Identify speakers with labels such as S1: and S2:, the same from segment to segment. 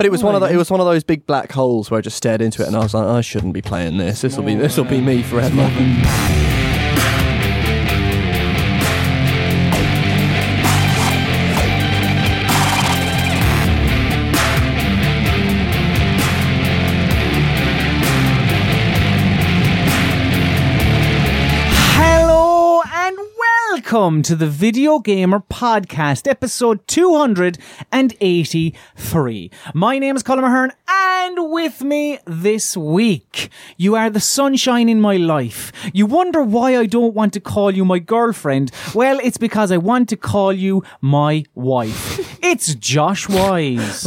S1: But it was one of the, it was one of those big black holes where I just stared into it and I was like, I shouldn't be playing this. This will be this will be me forever.
S2: Hello and welcome to the Video Gamer Podcast, episode 283. My name is Colin Mahern, and with me this week, you are the sunshine in my life. You wonder why I don't want to call you my girlfriend. Well, it's because I want to call you my wife. it's Josh Wise.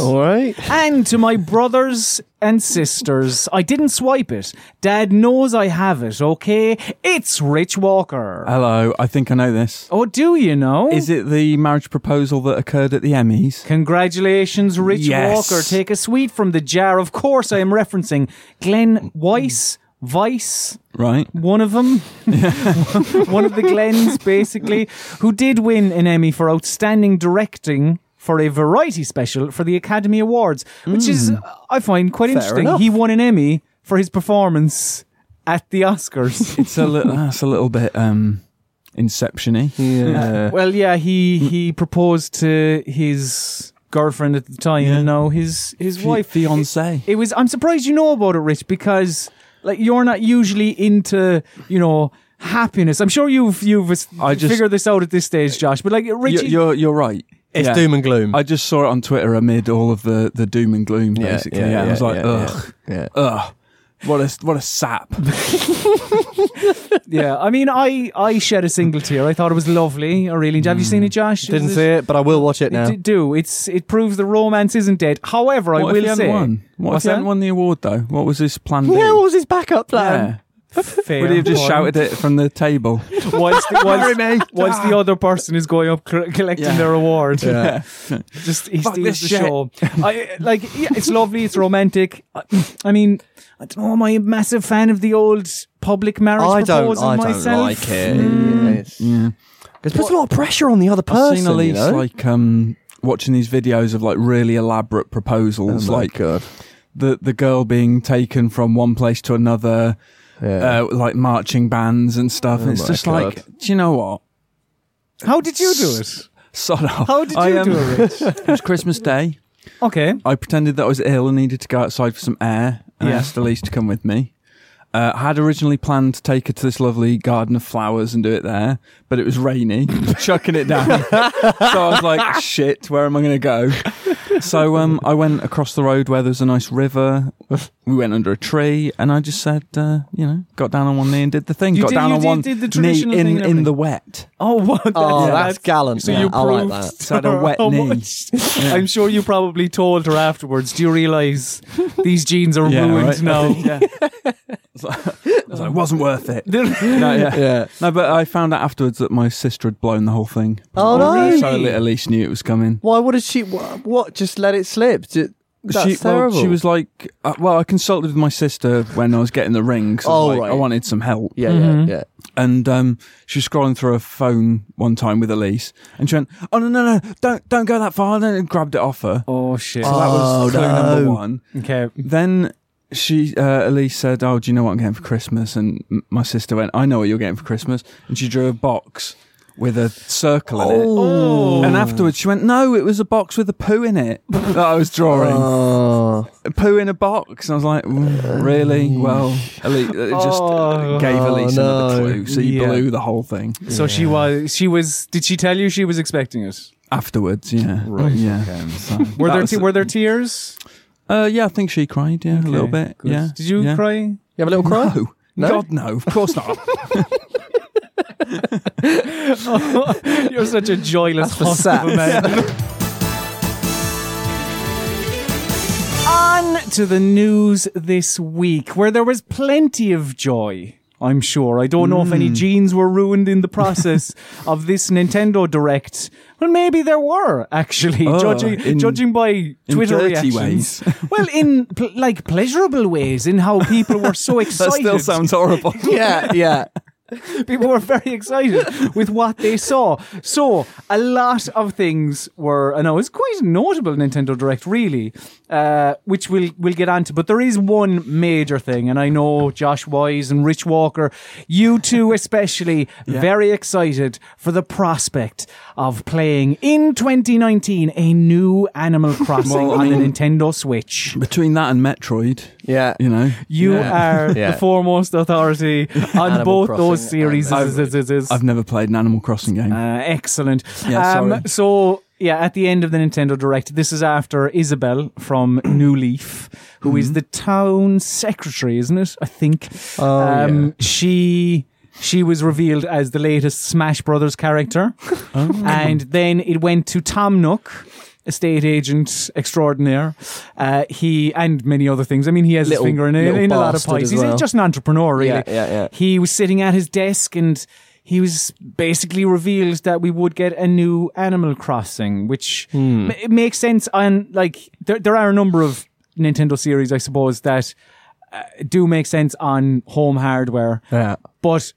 S1: All right.
S2: And to my brothers and sisters, I didn't swipe it. Dad knows I have it, okay? It's Rich Walker.
S3: Hello, I think I know this.
S2: oh, do you know?
S3: Uh, Is it the marriage proposal that occurred at the Emmys?
S2: Congratulations, Rich
S3: Yes.
S2: Walker. Take a sweet from the jar. Of course, I am referencing Glenn Weiss. Vice,
S3: Right.
S2: one of them, one of the Glens, basically, who did win an Emmy for outstanding directing for a variety special for the Academy Awards, which is, I find, quite interesting.
S1: Hmm. enough.
S2: He won an Emmy for his performance at the Oscars.
S3: It's a little that's a little bit um inception-y.
S1: Yeah.
S2: well, yeah, he he proposed to his girlfriend at the time, and now his his
S3: Fi-
S2: wife.
S3: fiancé.
S2: It was. I'm surprised you know about it, Rich, because like you're not usually into you know happiness. I'm sure you've you've
S3: I just-
S2: figured this out at this stage, Josh. But like Rich,
S3: You're, you're you're right.
S1: It's
S3: Yeah.
S1: doom and gloom.
S3: I just saw it on Twitter amid all of the, the doom and gloom basically. Yeah, I was like,
S1: yeah, yeah,
S3: ugh,
S1: yeah.
S3: ugh. What a what a sap.
S2: yeah. I mean, I I shed a single tear. I thought it was lovely. I really. Have you seen it, Josh?
S1: Mm, Didn't
S2: Is
S1: see it, but I will watch it now.
S2: D- do it's it proves the romance isn't dead. However, I
S3: What if he
S2: will
S3: hadn't
S2: say,
S3: won? What if
S2: What's
S3: he hadn't
S2: that?
S3: won the award though? What was his plan B?
S1: Yeah, what was his backup plan?
S3: Yeah.
S2: Fair
S3: Would he have just
S2: point.
S3: shouted it from the table? Ah.
S2: whilst the, whilst, whilst the other person is going up cr- collecting
S3: Yeah.
S2: Ah. their award.
S1: Yeah.
S2: Just he
S3: Fuck
S2: steals
S3: this
S2: the
S3: shit.
S2: show. I like yeah, it's lovely, it's romantic. I, I mean, I don't know, am I a massive fan of the old public marriage
S1: I don't.
S2: proposal
S1: I don't
S2: myself?
S1: like it.
S3: Hmm.
S1: It's- It puts a lot of pressure on the other
S3: I've
S1: person.
S3: seen Elise
S1: you know?
S3: like um watching these videos of like really elaborate proposals like
S1: Oh God.
S3: the the girl being taken from one place to another,
S1: Yeah. Oh
S3: uh, like marching bands and stuff. and it's
S1: my
S3: just
S1: God.
S3: like, do you know what?
S2: How did you do it?
S3: Sod off.
S2: How did you
S3: I, um,
S2: do it? Rich?
S3: It was Christmas Day.
S2: Okay.
S3: I pretended that I was ill and needed to go outside for some air, and
S2: Yeah.
S3: I asked Elise to come with me. Uh, I had originally planned to take her to this lovely garden of flowers and do it there, but it was rainy, chucking it down. so I was like, shit, where am I going to go? So um, I went across the road where there's a nice river. We went under a tree, and I just said, uh, you know, got down on one knee and did the thing.
S2: You
S3: got
S2: did-
S3: down
S2: you
S3: on
S2: did-
S3: one
S2: did the
S3: knee
S2: traditional thing
S3: in,
S2: and
S3: in
S2: everything.
S3: the wet.
S2: Oh, what? That's,
S1: Oh, that's gallant.
S2: So
S1: man.
S2: you
S1: I like
S2: proved
S1: that.
S3: So I had a wet
S2: how
S3: knee.
S2: much- I'm sure you probably told her afterwards. Do you realise these jeans are ruined
S3: right?
S2: now?
S3: yeah. I was like, I was like, wasn't worth it.
S2: They're-
S3: No, yeah.
S1: Yeah.
S3: No, but I found out afterwards that my sister had blown the whole thing.
S1: Oh, no.
S3: So little Elise knew it was coming.
S1: Why would she? What, what? Just let it slip. Ju- That's
S3: she, well,
S1: terrible.
S3: she was like, uh, well, I consulted with my sister when I was getting the ring. 'cause I was
S1: Oh,
S3: like,
S1: right.
S3: I wanted some help.
S1: Yeah,
S3: Mm-hmm.
S1: yeah, yeah.
S3: And um, she was scrolling through her phone one time with Elise, and she went, "Oh no, no, no! Don't, don't go that far!" And then grabbed it off her.
S2: Oh shit.
S3: So that was
S1: Oh,
S3: clue
S1: no.
S3: number one.
S2: Okay.
S3: Then she, uh, Elise said, "Oh, do you know what I'm getting for Christmas?" And m- my sister went, "I know what you're getting for Christmas." And she drew a box with a circle in
S1: Oh,
S3: it. And afterwards, she went, "No, it was a box with a poo in it that I was drawing.
S1: Oh.
S3: A poo in a box." And I was like, "Mm, "Really? Well, Elise it just
S2: Oh,
S3: gave Elise another
S1: no.
S3: clue, so you
S2: Yeah.
S3: blew the whole thing
S2: So she was. She was. Did she tell you she was expecting it?
S3: afterwards." Yeah,
S2: Right,
S3: Yeah. So
S2: Were
S3: that
S2: there
S3: was-
S2: te- were there tears?
S3: uh, yeah, I think she cried. Yeah, a little
S2: Okay,
S3: bit.
S2: good.
S3: Yeah.
S2: Did you
S3: yeah.
S2: cry?
S1: You have a little cry.
S3: No.
S1: No?
S3: God, no. Of course not.
S2: You're such a joyless
S1: for
S2: husk of a man. On to the news this week, where there was plenty of joy. I'm sure. I don't know if
S3: Hmm.
S2: any genes were ruined in the process of this Nintendo Direct. Well, maybe there were actually,
S3: Oh,
S2: judging
S3: in-
S2: judging by Twitter
S3: dirty
S2: reactions.
S3: ways.
S2: well, in pl- like pleasurable ways, in how people were so excited.
S3: horrible.
S1: Yeah, yeah.
S2: People were very excited with what they saw. So a lot of things were. I know it's quite a notable Nintendo Direct, really, uh, which we'll we'll get onto. But there is one major thing, and I know Josh Wise and Rich Walker, you two especially, very excited for the prospect of playing in 2019 a new Animal Crossing
S3: Well, I
S2: on the
S3: mean-
S2: Nintendo Switch.
S3: Between that and Metroid,
S1: Yeah.
S3: you know,
S2: You
S1: Yeah.
S2: are
S1: Yeah.
S2: the foremost authority on
S1: Animal
S2: both
S1: Crossing
S2: those series.
S1: and-
S3: I've never played an Animal Crossing game.
S2: Uh, excellent. Um,
S3: Yeah, sorry.
S2: so yeah, at the end of the Nintendo Direct, this is after Isabel from New Leaf, who
S1: Mm-hmm.
S2: is the town secretary, isn't it? I think. Um,
S1: Oh,
S2: She she was revealed as the latest Smash Brothers character,
S1: Oh.
S2: and then it went to Tom Nook. Estate agent extraordinaire, uh, he and many other things. I mean, he has
S1: Little-
S2: his finger in,
S1: little
S2: in a lot of
S1: bastard
S2: pies.
S1: as
S2: He's
S1: well.
S2: just an entrepreneur, really.
S1: Yeah, yeah, yeah.
S2: He was sitting at his desk and he was basically revealed that we would get a new Animal Crossing, which
S1: Hmm.
S2: m- it makes sense. And like, there, there are a number of Nintendo series, I suppose, that uh, do make sense on home hardware,
S3: yeah.
S2: but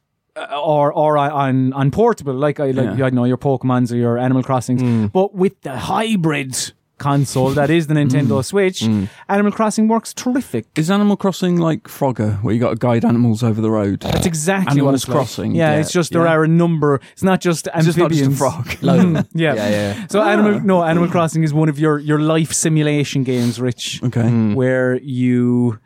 S2: uh, or or on on portable, like I like
S3: Yeah.
S2: I know your Pokemon's or your Animal Crossings,
S1: Hmm.
S2: but with the hybrid console that is the
S1: Hmm.
S2: Nintendo Switch, Animal Crossing works terrific.
S3: Is Animal Crossing like Frogger, where you got to guide animals over the road?
S2: That's exactly what
S3: Animals
S2: it's like.
S3: Crossing,
S2: Yeah,
S3: yeah,
S2: it's just there
S3: yeah.
S2: are a number. It's not just
S3: It's just not
S2: amphibians. Mm,
S3: just a frog.
S1: Load of them.
S2: Yeah.
S1: Yeah, yeah.
S2: So animal no Animal Crossing is one of your your life simulation games, Rich,
S3: Okay.
S2: where you.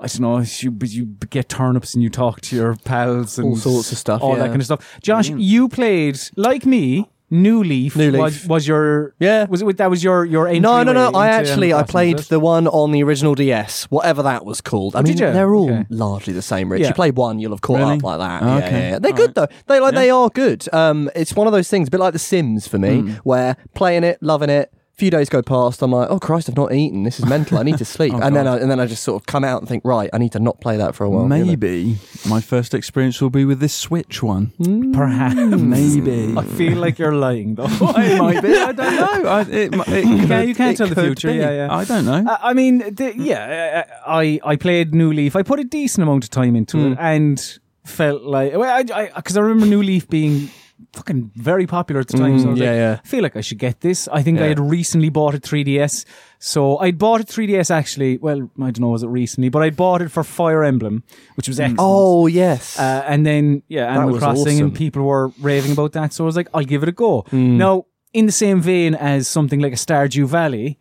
S2: I don't know. You you get turnips and you talk to your pals and
S1: All sorts of stuff,
S2: all that
S1: yeah.
S2: kind of stuff. Josh, you played like me. New Leaf,
S1: New Leaf.
S2: Was, was your
S1: Yeah.
S2: was it that was your your entry
S1: No, no, no.
S2: into
S1: I
S2: Animal
S1: actually I
S2: Crossing,
S1: played
S2: was it?
S1: the one on the original DS, whatever that was called. I mean,
S2: did you?
S1: they're all
S2: Okay.
S1: largely the same. Rich,
S2: Yeah.
S1: you play one, you'll have caught
S3: Really?
S1: up like that.
S3: Oh,
S1: yeah,
S3: okay.
S1: yeah, yeah. they're good though. They like they are good. Um, it's one of those things, a bit like The Sims for me, where playing it, loving it. Few days go past. I'm like, oh Christ, I've not eaten. This is mental. I need to sleep. and then, I, and then I just sort of come out and think, right, I need to not play that for a while. you know?
S3: Maybe my first experience will be with this Switch one.
S2: Hmm? perhaps.
S3: Maybe.
S2: I feel like you're lying though.
S3: it might be. I don't know. Oh, I, it, mi- it could,
S2: can't- you can't
S3: it
S2: tell the
S3: could
S2: future,
S3: be.
S2: yeah, yeah.
S3: I don't know.
S2: Uh, I mean, the, yeah, uh, I I played New Leaf. I put a decent amount of time into
S1: Hmm.
S2: it and felt like well, I because I, remember New Leaf being fucking very popular at the time. so I was
S1: Hmm, Mm, yeah,
S2: like,
S1: yeah.
S2: I feel like I should get this. I think I
S1: Yeah.
S2: had recently bought a 3DS, so I'd bought a 3DS actually. Well, I don't know, was it recently? But I bought it for Fire Emblem, which was excellent.
S1: Oh yes.
S2: Uh, and then yeah, Animal
S1: was
S2: Crossing,
S1: awesome. Mm.
S2: and people were raving about that. So I was like, I'll give it a go. Now, in the same vein as something like a Stardew Valley,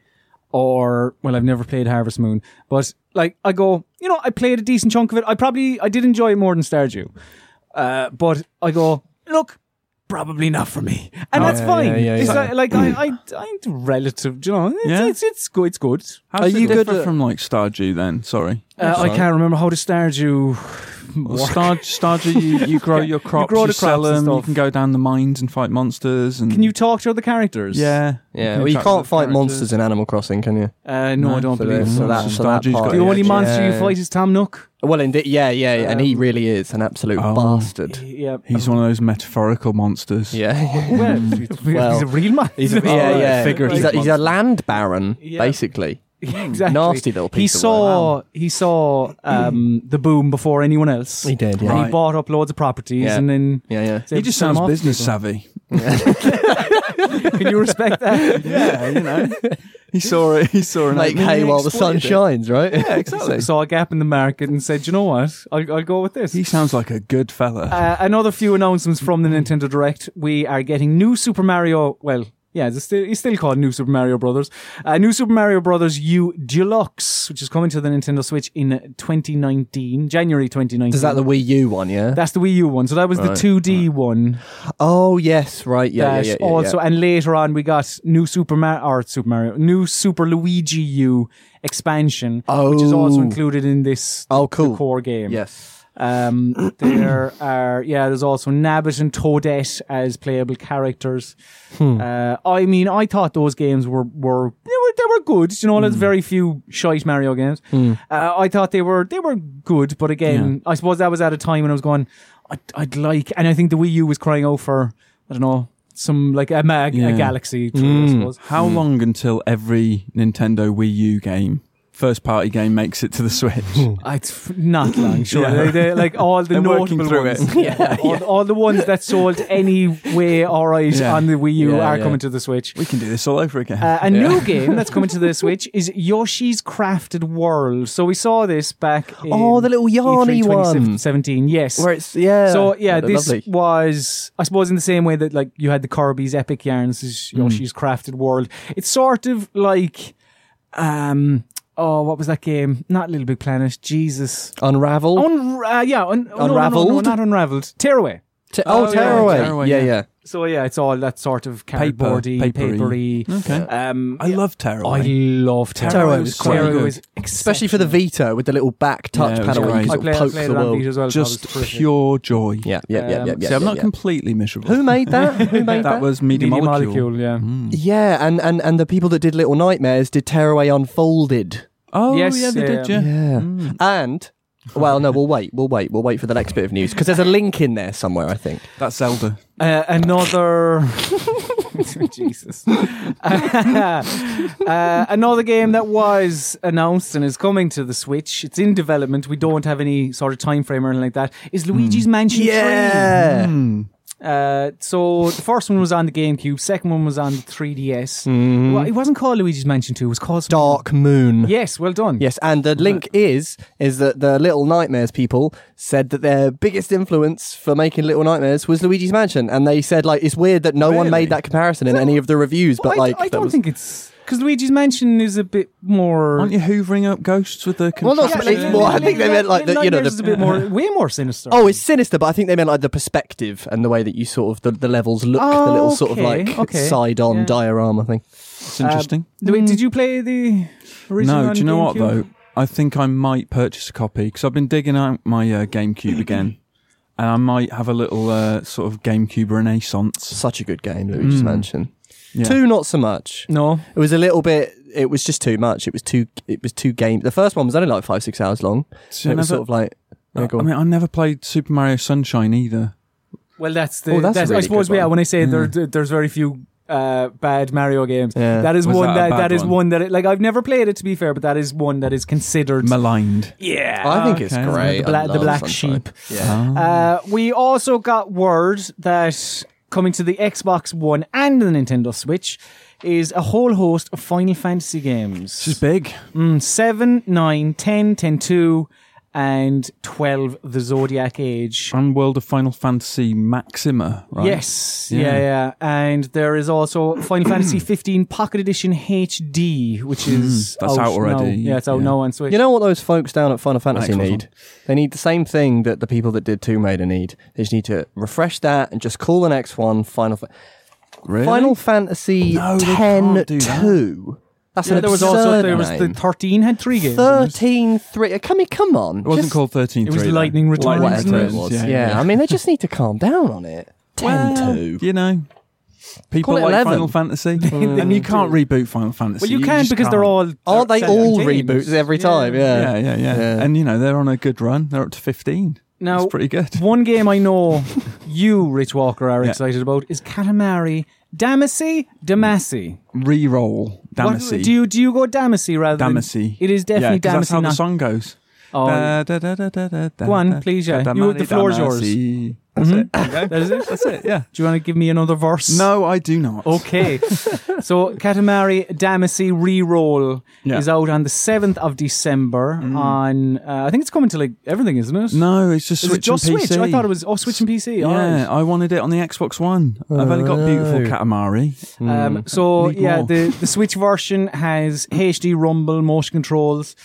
S2: or well, I've never played Harvest Moon, but like I go, you know, I played a decent chunk of it. I probably I did enjoy it more than Stardew, uh, but I go look. Probably not for me, and that's
S1: Oh, yeah,
S2: fine.
S1: yeah, yeah,
S2: It's
S1: yeah.
S2: like, like I, I, I'm relative, you know. It's,
S3: Yeah.
S2: it's, it's good. It's good.
S3: How's
S1: Are
S3: it
S1: you good
S3: different
S1: at-
S3: from like Stardew then? Sorry.
S2: Uh, I can't remember how to Stardew.
S3: Well, Star, Stardew, you, you grow your crops, you,
S2: grow the
S3: sell
S2: crops and
S3: them, you
S2: stuff.
S3: can go down the mines and fight monsters. And
S2: Can you talk to other characters?
S3: Yeah.
S1: yeah. Well, you
S3: interact
S1: can't
S3: with
S1: fight
S3: characters.
S1: monsters in Animal Crossing, can you?
S2: Uh, no, I don't
S1: So
S2: believe
S1: that- so
S2: so.
S1: that, so that
S3: Stardew
S1: part-
S2: The only
S1: yeah.
S2: monster you
S1: Yeah.
S2: fight is Um, Tom Nook.
S1: Well, indeed, yeah, yeah, and he really is an absolute
S3: Oh.
S1: bastard.
S2: Yeah.
S3: He's one of those metaphorical monsters.
S1: Yeah,
S2: well, he's a real man.
S1: he's a, yeah,
S3: Alright,
S1: yeah.
S3: figurative
S1: He's a, he's a
S3: monster.
S1: land baron,
S2: Yeah.
S1: basically.
S2: exactly.
S1: nasty little
S2: He
S1: piece of
S2: saw he saw um, the boom before anyone else.
S1: He did, yeah.
S2: And he
S3: Right.
S2: bought up loads of properties,
S1: Yeah.
S2: and then
S1: Yeah, yeah.
S3: He just sounds business savvy.
S2: Can you respect that?
S3: Yeah, you know. He saw it. He saw it.
S1: Make hay while the sun shines, right? Yeah,
S3: Exactly.
S2: saw a gap in the market and said, "You know what? I'll, I'll go with this."
S3: He sounds like a good fella.
S2: Uh, another few announcements from the Nintendo Direct. We are getting new Super Mario. Well, yeah, it's still, it's still called New Super Mario Brothers. Uh, new Super Mario Brothers U Deluxe, which is coming to the Nintendo Switch in 2019, January 2019.
S1: Is that the Wii U one? Yeah.
S2: That's the Wii U one. So that was the 2D one.
S1: oh yes, right. Yeah, yeah,
S2: That
S1: yeah, yeah,
S2: also,
S1: yeah.
S2: and later on we got new Super Mario, or Super Mario, new Super Luigi U expansion, which is also
S1: Oh.
S2: included in this
S1: Oh, cool.
S2: core game.
S1: Yes.
S2: Um, there are yeah. There's also Nabbit and Toadette as playable characters. Uh, I mean, I thought those games were were they were, they were good. You know, there's very few shite Mario games. Uh, I thought they were they were good, but again, I suppose that was at a time when I was going, I'd, I'd like, and I think the Wii U was crying out for I don't know some like a mag
S3: Yeah.
S2: a galaxy. Tour, I suppose.
S3: How long until every Nintendo Wii U game first party game makes it to the Switch.
S2: Uh, It's f- not long, sure.
S3: Yeah.
S2: They- they- like all the
S3: They're working
S2: notable
S3: through
S2: ones,
S3: it.
S2: yeah, all, all the ones that sold any way, all right,
S3: Yeah.
S2: on the Wii U
S1: Yeah,
S2: are
S1: yeah.
S2: coming to the Switch.
S3: we can do this all over again.
S2: Uh, a new game that's coming to the Switch is Yoshi's Crafted World. So we saw this back. In E
S1: Oh, the little yarny
S2: E3
S1: one.
S2: 2017, yes.
S1: Where it's yeah.
S2: so yeah, Oh,
S1: Lovely.
S2: this was I suppose in the same way that like you had the Kirby's Epic Yarns, this Yoshi's Crafted World. It's sort of like, um, oh, what was that game? Not Little Big Planet. Jesus.
S1: Unravel.
S2: Un- uh, yeah, un- oh, no, no, no,
S1: Unraveled?
S2: No, not unraveled. Tearaway.
S1: Te- oh,
S3: Oh, yeah,
S1: Tearaway.
S3: Tearaway,
S1: Yeah,
S3: yeah.
S1: yeah.
S2: So yeah, it's all that sort of cardboardy, papery.
S3: papery. Okay.
S1: Uh,
S2: Um,
S3: I love Terra.
S2: I love Tearaway.
S1: Tearaway was quite
S2: Tearaway
S3: good.
S2: was
S1: Especially for the Vita with the little back touch
S3: Yeah, it was
S1: panel where you
S3: great.
S1: sort
S2: I
S1: of
S2: played, I
S1: poke
S2: played
S1: the
S2: it on
S1: world.
S2: Vita as well.
S3: just
S2: That was terrific.
S3: pure joy.
S1: Yeah, yeah, yeah, yeah,
S2: Um,
S1: yeah.
S3: See, I'm
S1: yeah,
S3: not
S1: yeah.
S3: completely miserable.
S1: Who made that? Who made that?
S3: that was Media,
S2: Media
S3: Molecule. Hmm.
S2: molecule, yeah.
S1: Yeah, and, and and the people that did Little Nightmares did Tearaway Unfolded.
S3: Oh,
S2: Yes,
S3: yeah, they
S2: yeah,
S3: did, yeah.
S1: um,
S3: Mm.
S1: Yeah, and well, no, we'll wait, we'll wait, we'll wait for the next bit of news because there's a link in there somewhere, I think.
S3: That's Zelda.
S2: Uh, another. Jesus. uh, another game that was announced and is coming to the Switch. It's in development. We don't have any sort of time frame or anything like that. Is Luigi's Mansion 3.
S1: Yeah,
S3: Hmm.
S2: Uh, so the first one was on the GameCube. Second one was on the 3DS.
S1: Mm-hmm.
S2: Well, it wasn't called Luigi's Mansion 2. It was called something-
S1: Dark Moon.
S2: Yes, well done.
S1: Yes, and the link is is that the Little Nightmares people said that their biggest influence for making Little Nightmares was Luigi's Mansion, and they said like it's weird that no one
S3: Really?
S1: made that comparison in any of the reviews, but
S2: Well, I,
S1: like
S2: I
S1: that
S2: don't
S1: was-
S2: think it's because Luigi's Mansion is a bit more.
S3: Aren't you hoovering up ghosts with the
S1: Well, not
S3: contraption?
S1: it's more- I think they meant like the- you know,
S2: Nightmares
S1: the-
S2: is a bit more, way more sinister.
S1: Oh, it's sinister, but I think they meant like the perspective and the way that you sort of the, the levels look, the little sort of
S2: Okay,
S1: like
S2: okay.
S1: side on
S2: Yeah.
S1: diorama thing. uh,
S3: It's interesting.
S2: Wait,
S1: mm.
S2: did you play the original?
S3: no,
S2: on
S3: do you know what
S2: GameCube?
S3: though? I think I might purchase a copy because I've been digging out my uh, GameCube again, and I might have a little uh, sort of GameCube renaissance.
S1: Such a good game, Luigi's
S2: Mm.
S1: Mansion.
S3: Yeah.
S1: Two, not so much.
S2: No.
S1: It was a little bit. It was just too much. It was too. It was too game. The first one was only like five, six hours long.
S3: So
S1: it was
S3: never-
S1: sort of like.
S2: Oh,
S1: yeah, go
S3: I
S1: on.
S3: mean, I never played Super Mario Sunshine either.
S2: Well, that's the.
S1: Oh, that's a
S2: that's, I
S1: really
S2: suppose,
S1: good
S2: yeah.
S1: one.
S2: When I say
S3: Mm.
S2: there, there- there's very few uh, bad Mario games,
S1: Yeah.
S2: that is
S3: Was
S2: one
S3: that
S2: that,
S3: a bad
S2: that is
S3: one?
S2: one that it, like I've never played it to be fair, but that is one that is considered.
S3: Maligned.
S2: yeah,
S1: I think it's
S3: okay. The
S1: great. I
S2: bla- Ah, the
S1: love
S2: black
S1: Sunshine.
S2: sheep.
S1: Yeah.
S2: Uh, we also got word that coming to the Xbox One and the Nintendo Switch is a whole host of Final Fantasy games.
S3: This is big.
S2: Mm, 7, 9, 10, 10, 2, and 12, The Zodiac Age.
S3: And World of Final Fantasy Maxima, right?
S2: Yes, yeah.
S3: Yeah.
S2: yeah, And there is also Final Fantasy 15 Pocket Edition HD, which is
S3: that's out
S2: now.
S3: already.
S2: Yeah, it's out
S3: Yeah.
S2: now on Switch.
S1: You know what those folks down at Final Fantasy
S3: Excellent.
S1: need? They need the same thing that the people that did Tomb Raider need. They just need to refresh that and just call the next one Final Fa-
S3: Really?
S1: Final Fantasy
S3: No, they
S1: Ten
S3: can't do that.
S1: Two. That's
S2: Yeah,
S1: an
S2: there was
S1: absurd
S2: also there was the
S1: name.
S2: 13 had three games.
S1: thirteen three. Come on, come on.
S3: It wasn't called 13
S2: It was Lightning Returns.
S1: whatever it
S2: Returns,
S1: was. Yeah, I mean, they just need to calm down on it. Ten two.
S3: You know, people
S1: Call it
S3: like
S1: 11.
S3: Final Fantasy. and you can't reboot Final Fantasy.
S2: Well, you,
S3: just
S2: can because they're
S3: can't.
S2: all
S1: Aren't they
S2: they're
S1: all
S2: selling games.
S1: reboots every
S2: Yeah.
S1: time?
S3: Yeah,
S1: Yeah.
S3: yeah, yeah,
S1: Yeah.
S3: And you know they're on a good run. They're up to fifteen.
S2: Now-
S3: That's pretty good.
S2: One game I know you, Rich Walker, are excited about is Katamari Damacy Damasi.
S3: Reroll Damacy.
S2: What, do you do you go Damacy rather
S3: Damacy.
S2: than It is definitely
S3: 'cause That's how
S2: Damacy.
S3: the
S2: Not,
S3: song Uh, goes.
S2: Oh,
S3: Da, da, da, da, da, da,
S2: Go on,
S3: da,
S2: please, yeah.
S3: da,
S2: You- the
S3: Damasi,
S2: floor's yours. Mm-hmm.
S3: Damasi.
S2: that is it.
S3: That's it. Yeah.
S2: Do you want to give me another verse?
S3: No, I do not.
S2: Okay. so Katamari Damacy Reroll
S3: Yeah. Mm.
S2: is out on the 7th of December on uh, I think it's coming to like everything, isn't it?
S3: No, it's just
S2: Is
S3: Switch
S2: it just
S3: and
S2: Switch?
S3: PC.
S2: I thought it was oh Switch and PC.
S3: Yeah,
S2: All right.
S3: I wanted it on the Xbox One. I've only got
S2: Oh.
S3: beautiful Katamari.
S1: Hmm.
S2: Um, so
S3: Need
S2: yeah,
S3: more.
S2: the, the Switch version has HD rumble, motion controls,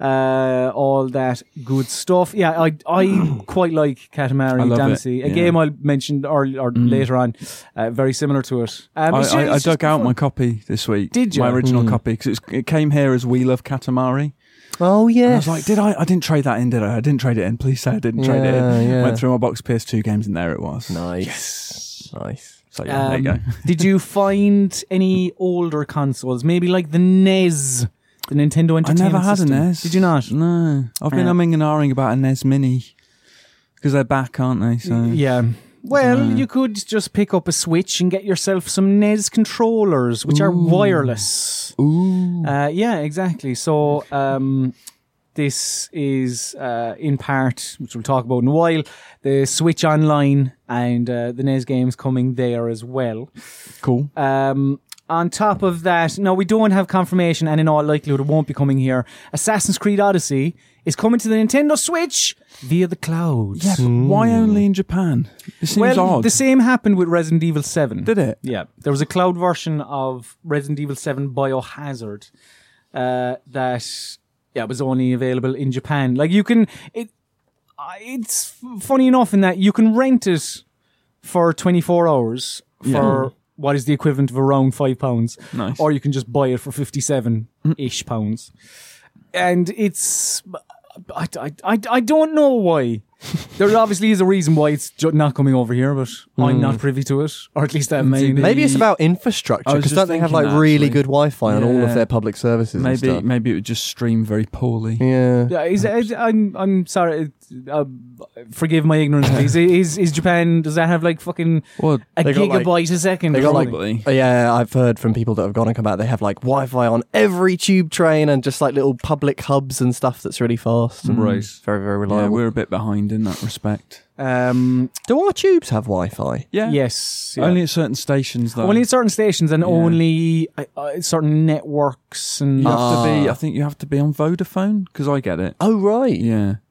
S2: uh, all that good stuff. Yeah, I I quite like Katamari
S3: I love
S2: Damacy, a
S3: it, yeah. Hmm.
S2: game I'll mention or, or later on, uh, very similar to it. Um,
S3: I,
S2: it's
S3: I,
S2: just-
S3: I
S2: it's just
S3: dug out
S2: fun.
S3: my copy this week.
S2: Did you? Hmm.
S3: My original copy because it came here as We Love Katamari.
S1: Oh
S3: And I
S1: yes.
S3: was like, did I? I didn't trade that in, did I? I didn't trade it in. Please say I didn't trade it
S1: Yeah,
S3: in.
S1: yeah.
S3: Went through my box of PS2 games and there it was.
S1: nice. Nice.
S3: So yeah, there you
S2: Um,
S3: go.
S2: did you find any older consoles? Maybe like the NES, the Nintendo
S3: I
S2: Entertainment
S3: never had
S2: System.
S3: a E NES.
S2: Did you not?
S3: No. I've been
S2: Yeah.
S3: E umming and ahhing about a NES Mini because they're back, aren't they? So
S2: Yeah. Uh, Well, you could just pick up a Switch and get yourself some NES controllers, which are wireless. Ooh. Uh, yeah, exactly. So um, this is uh, in part, which we'll talk about in a while, the Switch Online and uh, the NES games coming there as well.
S3: Cool.
S2: Um, on top of that, no, we don't have confirmation, and in all likelihood, it won't be coming here. Assassin's Creed Odyssey is coming to the Nintendo Switch via the cloud.
S3: yeah, but why only in Japan? It seems
S2: Hmm. Well,
S3: odd.
S2: the same happened with Resident Evil 7.
S3: Did it?
S2: Yeah. There was a cloud version of Resident Evil 7 Biohazard uh, that yeah, was only available in Japan. Like, you can. it uh, It's f- funny enough in that you can rent it for 24 hours for. What is the equivalent of around five pounds?
S3: Hmm. Nice.
S2: Or you can just buy it for fifty-seven ish pounds, and it's I, I, I, I don't know why. There obviously is a reason why it's ju- not coming over here, but I'm not privy to it, or at least I haven't seen it.
S1: Mm. Maybe it's
S3: The-
S1: about infrastructure
S3: I was
S1: because
S3: just
S1: don't they have like
S3: thinking that,
S1: really
S3: actually.
S1: good Wi-Fi on all of
S3: Yeah.
S1: their public services? and
S3: Maybe
S1: stuff?
S3: maybe it would just stream very poorly.
S1: Yeah.
S2: Yeah, is, is- I'm I'm sorry. it- Uh, forgive my ignorance, please. Is is Japan? Does that have like fucking
S3: Well,
S2: a
S1: They got,
S2: gigabyte
S1: like-
S2: a second?
S1: They
S2: or
S1: got like,
S2: something?
S3: Probably.
S1: uh, yeah, I've heard from people that have gone and come back. They have like Wi-Fi on every tube train and just like little public hubs and stuff that's really fast.
S2: Mm.
S1: And
S3: Mm. Right.
S1: Very, very
S3: yeah,
S1: reliable.
S3: we're a bit behind in that respect.
S2: um,
S1: Do our tubes have Wi-Fi?
S3: Yeah.
S2: yes, yeah.
S3: Only at certain stations though.
S2: Only at certain stations and
S3: Yeah.
S2: only uh, uh, certain networks and
S3: you have to be.
S1: Ah.
S3: I think you have to be on Vodafone because I get it.
S1: Oh right.
S3: Yeah,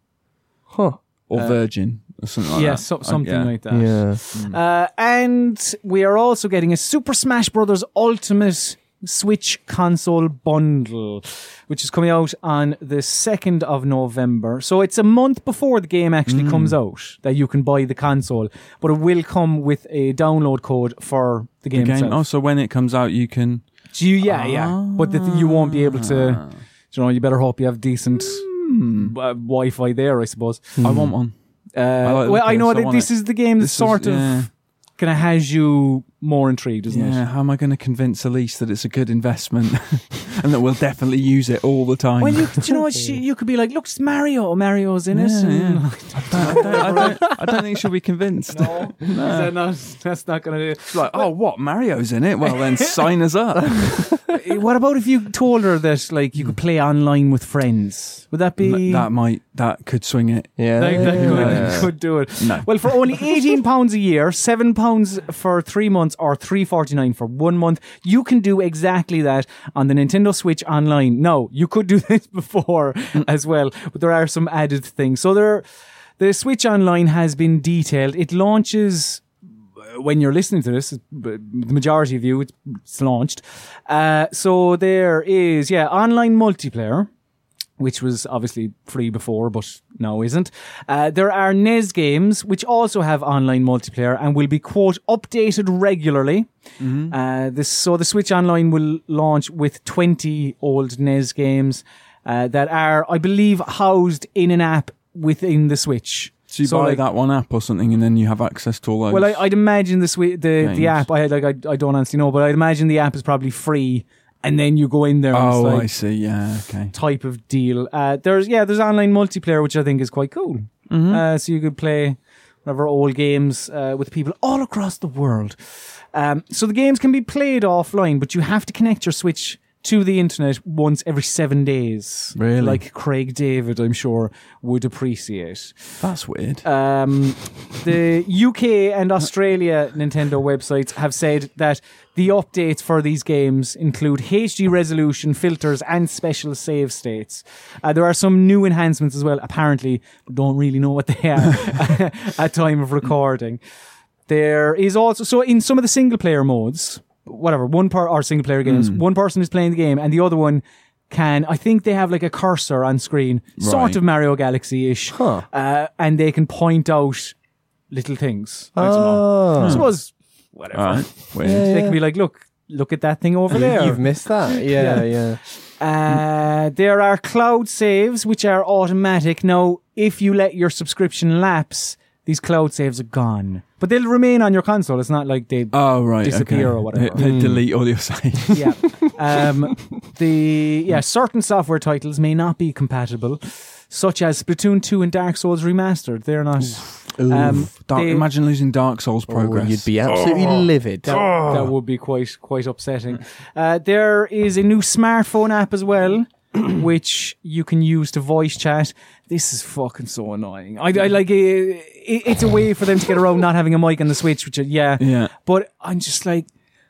S1: Huh.
S3: or
S2: Uh,
S3: Virgin or something like
S2: yeah,
S3: that.
S2: so,
S3: I-
S2: something
S3: yeah.
S2: like that.
S1: Yeah.
S3: mm.
S2: Uh, and we are also getting a Super Smash Bros. Ultimate Switch console bundle, which is coming out on the 2nd of November. So it's a month before the game actually
S3: Mm.
S2: comes out that you can buy the console, but it will come with a download code for the game,
S3: Again, oh,
S2: itself.
S3: so when it comes out, you can.
S2: Do you, yeah, yeah.
S3: Ah.
S2: But the th- you won't be able to, you know, you better hope you have decent.
S3: Hmm.
S2: Uh, Wi-Fi there, I suppose.
S3: I want one.
S2: Uh,
S3: like the
S2: well, I
S3: look of
S2: know
S3: it, so I
S2: that
S3: want
S2: this
S3: it.
S2: is the game that
S3: This is-
S2: sort of
S3: yeah.
S2: kind of has you more intrigued, isn't it?
S3: Yeah, how am I going to convince Elise that it's a good investment and that we'll definitely use it all the time?
S2: Well, you, do you know what? She, you could be like, look, it's Mario. Oh, Mario's in it.
S3: Yeah,
S2: and-
S3: yeah. I, don't, I, don't, I don't think she'll be convinced.
S2: Is that not- that's not going to do.
S3: It's like, oh, what? Mario's in it? Well, then sign us up.
S2: Eh, What about if you told her that like you could play online with friends? Would that be
S3: Hmm. that might, that could swing it.
S1: Yeah.
S2: Like, that could,
S3: Yeah.
S2: could do it.
S3: No.
S2: Well, for only eighteen pounds a year, seven pounds for three months, or three forty nine for one month, you can do exactly that on the Nintendo Switch Online. No, you could do this before as well, but there are some added things. So there, the Switch Online has been detailed. It launches uh, when you're listening to this, b- the majority of you, it's, it's launched. Uh, so there is, yeah, online multiplayer, which was obviously free before, but now isn't. Uh, there are NES games, which also have online multiplayer and will be, quote, updated regularly.
S3: Mm-hmm.
S2: Uh, this, so the Switch Online will launch with 20 old NES games uh, that are, I believe, housed in an app within the Switch.
S3: So you
S2: So,
S3: buy
S2: like-
S3: that one app or something and then you have access to all those.
S2: well, I, I'd imagine the sweet the, the
S3: Games.
S2: app. I like I, I don't honestly know, but I'd imagine the app is probably free, and then you go in there. and it's
S3: oh,
S2: like
S3: I see. Yeah, okay.
S2: Type of deal. Uh, there's yeah, there's online multiplayer, which I think is quite cool.
S3: Mm-hmm.
S2: Uh, so you could play whatever old games uh, with people all across the world. Um, so the games can be played offline, but you have to connect your Switch to the internet once every seven days.
S3: Really?
S2: like Craig David, I'm sure would appreciate.
S3: That's weird.
S2: Um, the UK and Australia Nintendo websites have said that the updates for these games include HD resolution, filters, and special save states. Uh, there are some new enhancements as well, apparently, but don't really know what they are at time of recording. There is also so in some of the single player modes, whatever one part or single player games, one person is playing the game and the other one can. I think they have like a cursor on screen, sort
S3: Right.
S2: of Mario Galaxy ish,
S1: Huh.
S2: uh, and they can point out little things. I don't know. I
S1: Oh.
S2: suppose whatever
S3: all right. Weird.
S1: Yeah.
S2: they can be like, look, look at that thing over there.
S1: You've missed that. Yeah, yeah.
S2: Uh, there are cloud saves, which are automatic. Now, if you let your subscription lapse, these cloud saves are gone. But they'll remain on your console. It's not like they.
S3: Oh, right.
S2: Disappear
S3: okay.
S2: or whatever.
S3: They, they delete all your saves.
S2: yeah. Um, the yeah, certain software titles may not be compatible, such as Splatoon 2 and Dark Souls Remastered. They're not. Um,
S3: Dark,
S2: they-
S3: imagine losing Dark Souls progress.
S1: Oh, You'd be absolutely livid.
S2: That, that would be quite quite upsetting. Uh, there is a new smartphone app as well, which you can use to voice chat. This is fucking so annoying. I, I like uh, it, it's a way for them to get around not having a mic on the Switch, which uh, yeah,
S3: Yeah.
S2: But I'm just like,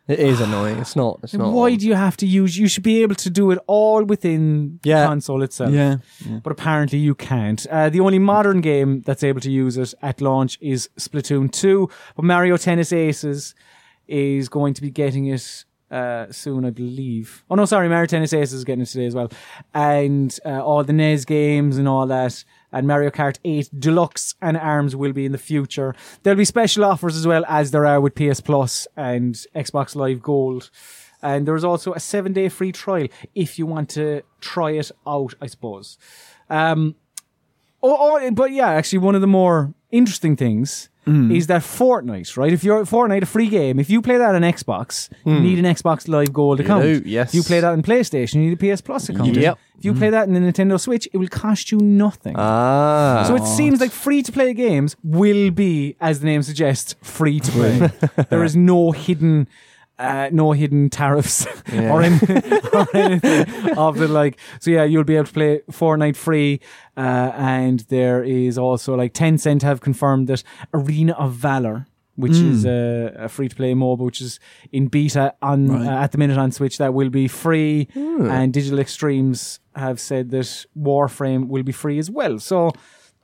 S1: It is annoying. It's not. It's not.
S2: why
S1: on.
S2: do you have to use? You should be able to do it all within
S1: Yeah.
S2: the console itself.
S3: Yeah.
S2: But apparently you can't. Uh, the only modern game that's able to use it at launch is Splatoon 2, but Mario Tennis Aces is going to be getting it uh, soon, I believe. Oh no, sorry, Mario Tennis Aces is getting it today as well. And uh, all the NES games and all that. And Mario Kart 8 Deluxe and ARMS will be in the future. There'll be special offers as well as there are with PS Plus and Xbox Live Gold. And there's also a seven day free trial if you want to try it out, I suppose. Um, oh, oh, but yeah, actually, one of the more interesting things
S1: Mm.
S2: is that Fortnite, right? If you're Fortnite, a free game, if you play that on Xbox, you need an Xbox Live Gold account.
S1: Mm. do, yes.
S2: If you play that on PlayStation, you need a PS Plus account.
S1: do. Yep. Mm.
S2: If you play that in the Nintendo Switch, it will cost you nothing.
S1: Ah.
S2: So it seems like free to play games will be, as the name suggests, free to play. there is no hidden. Uh, no hidden tariffs
S1: Yeah.
S2: or, any, or anything of the like. So yeah, you'll be able to play Fortnite free. Uh, and there is also like Tencent have confirmed that Arena of Valor, which
S3: Hmm.
S2: is a, a free to play MOBA, which is in beta on
S3: Right.
S2: uh, at the minute on Switch, that will be free. And Digital Extremes have said that Warframe will be free as well. So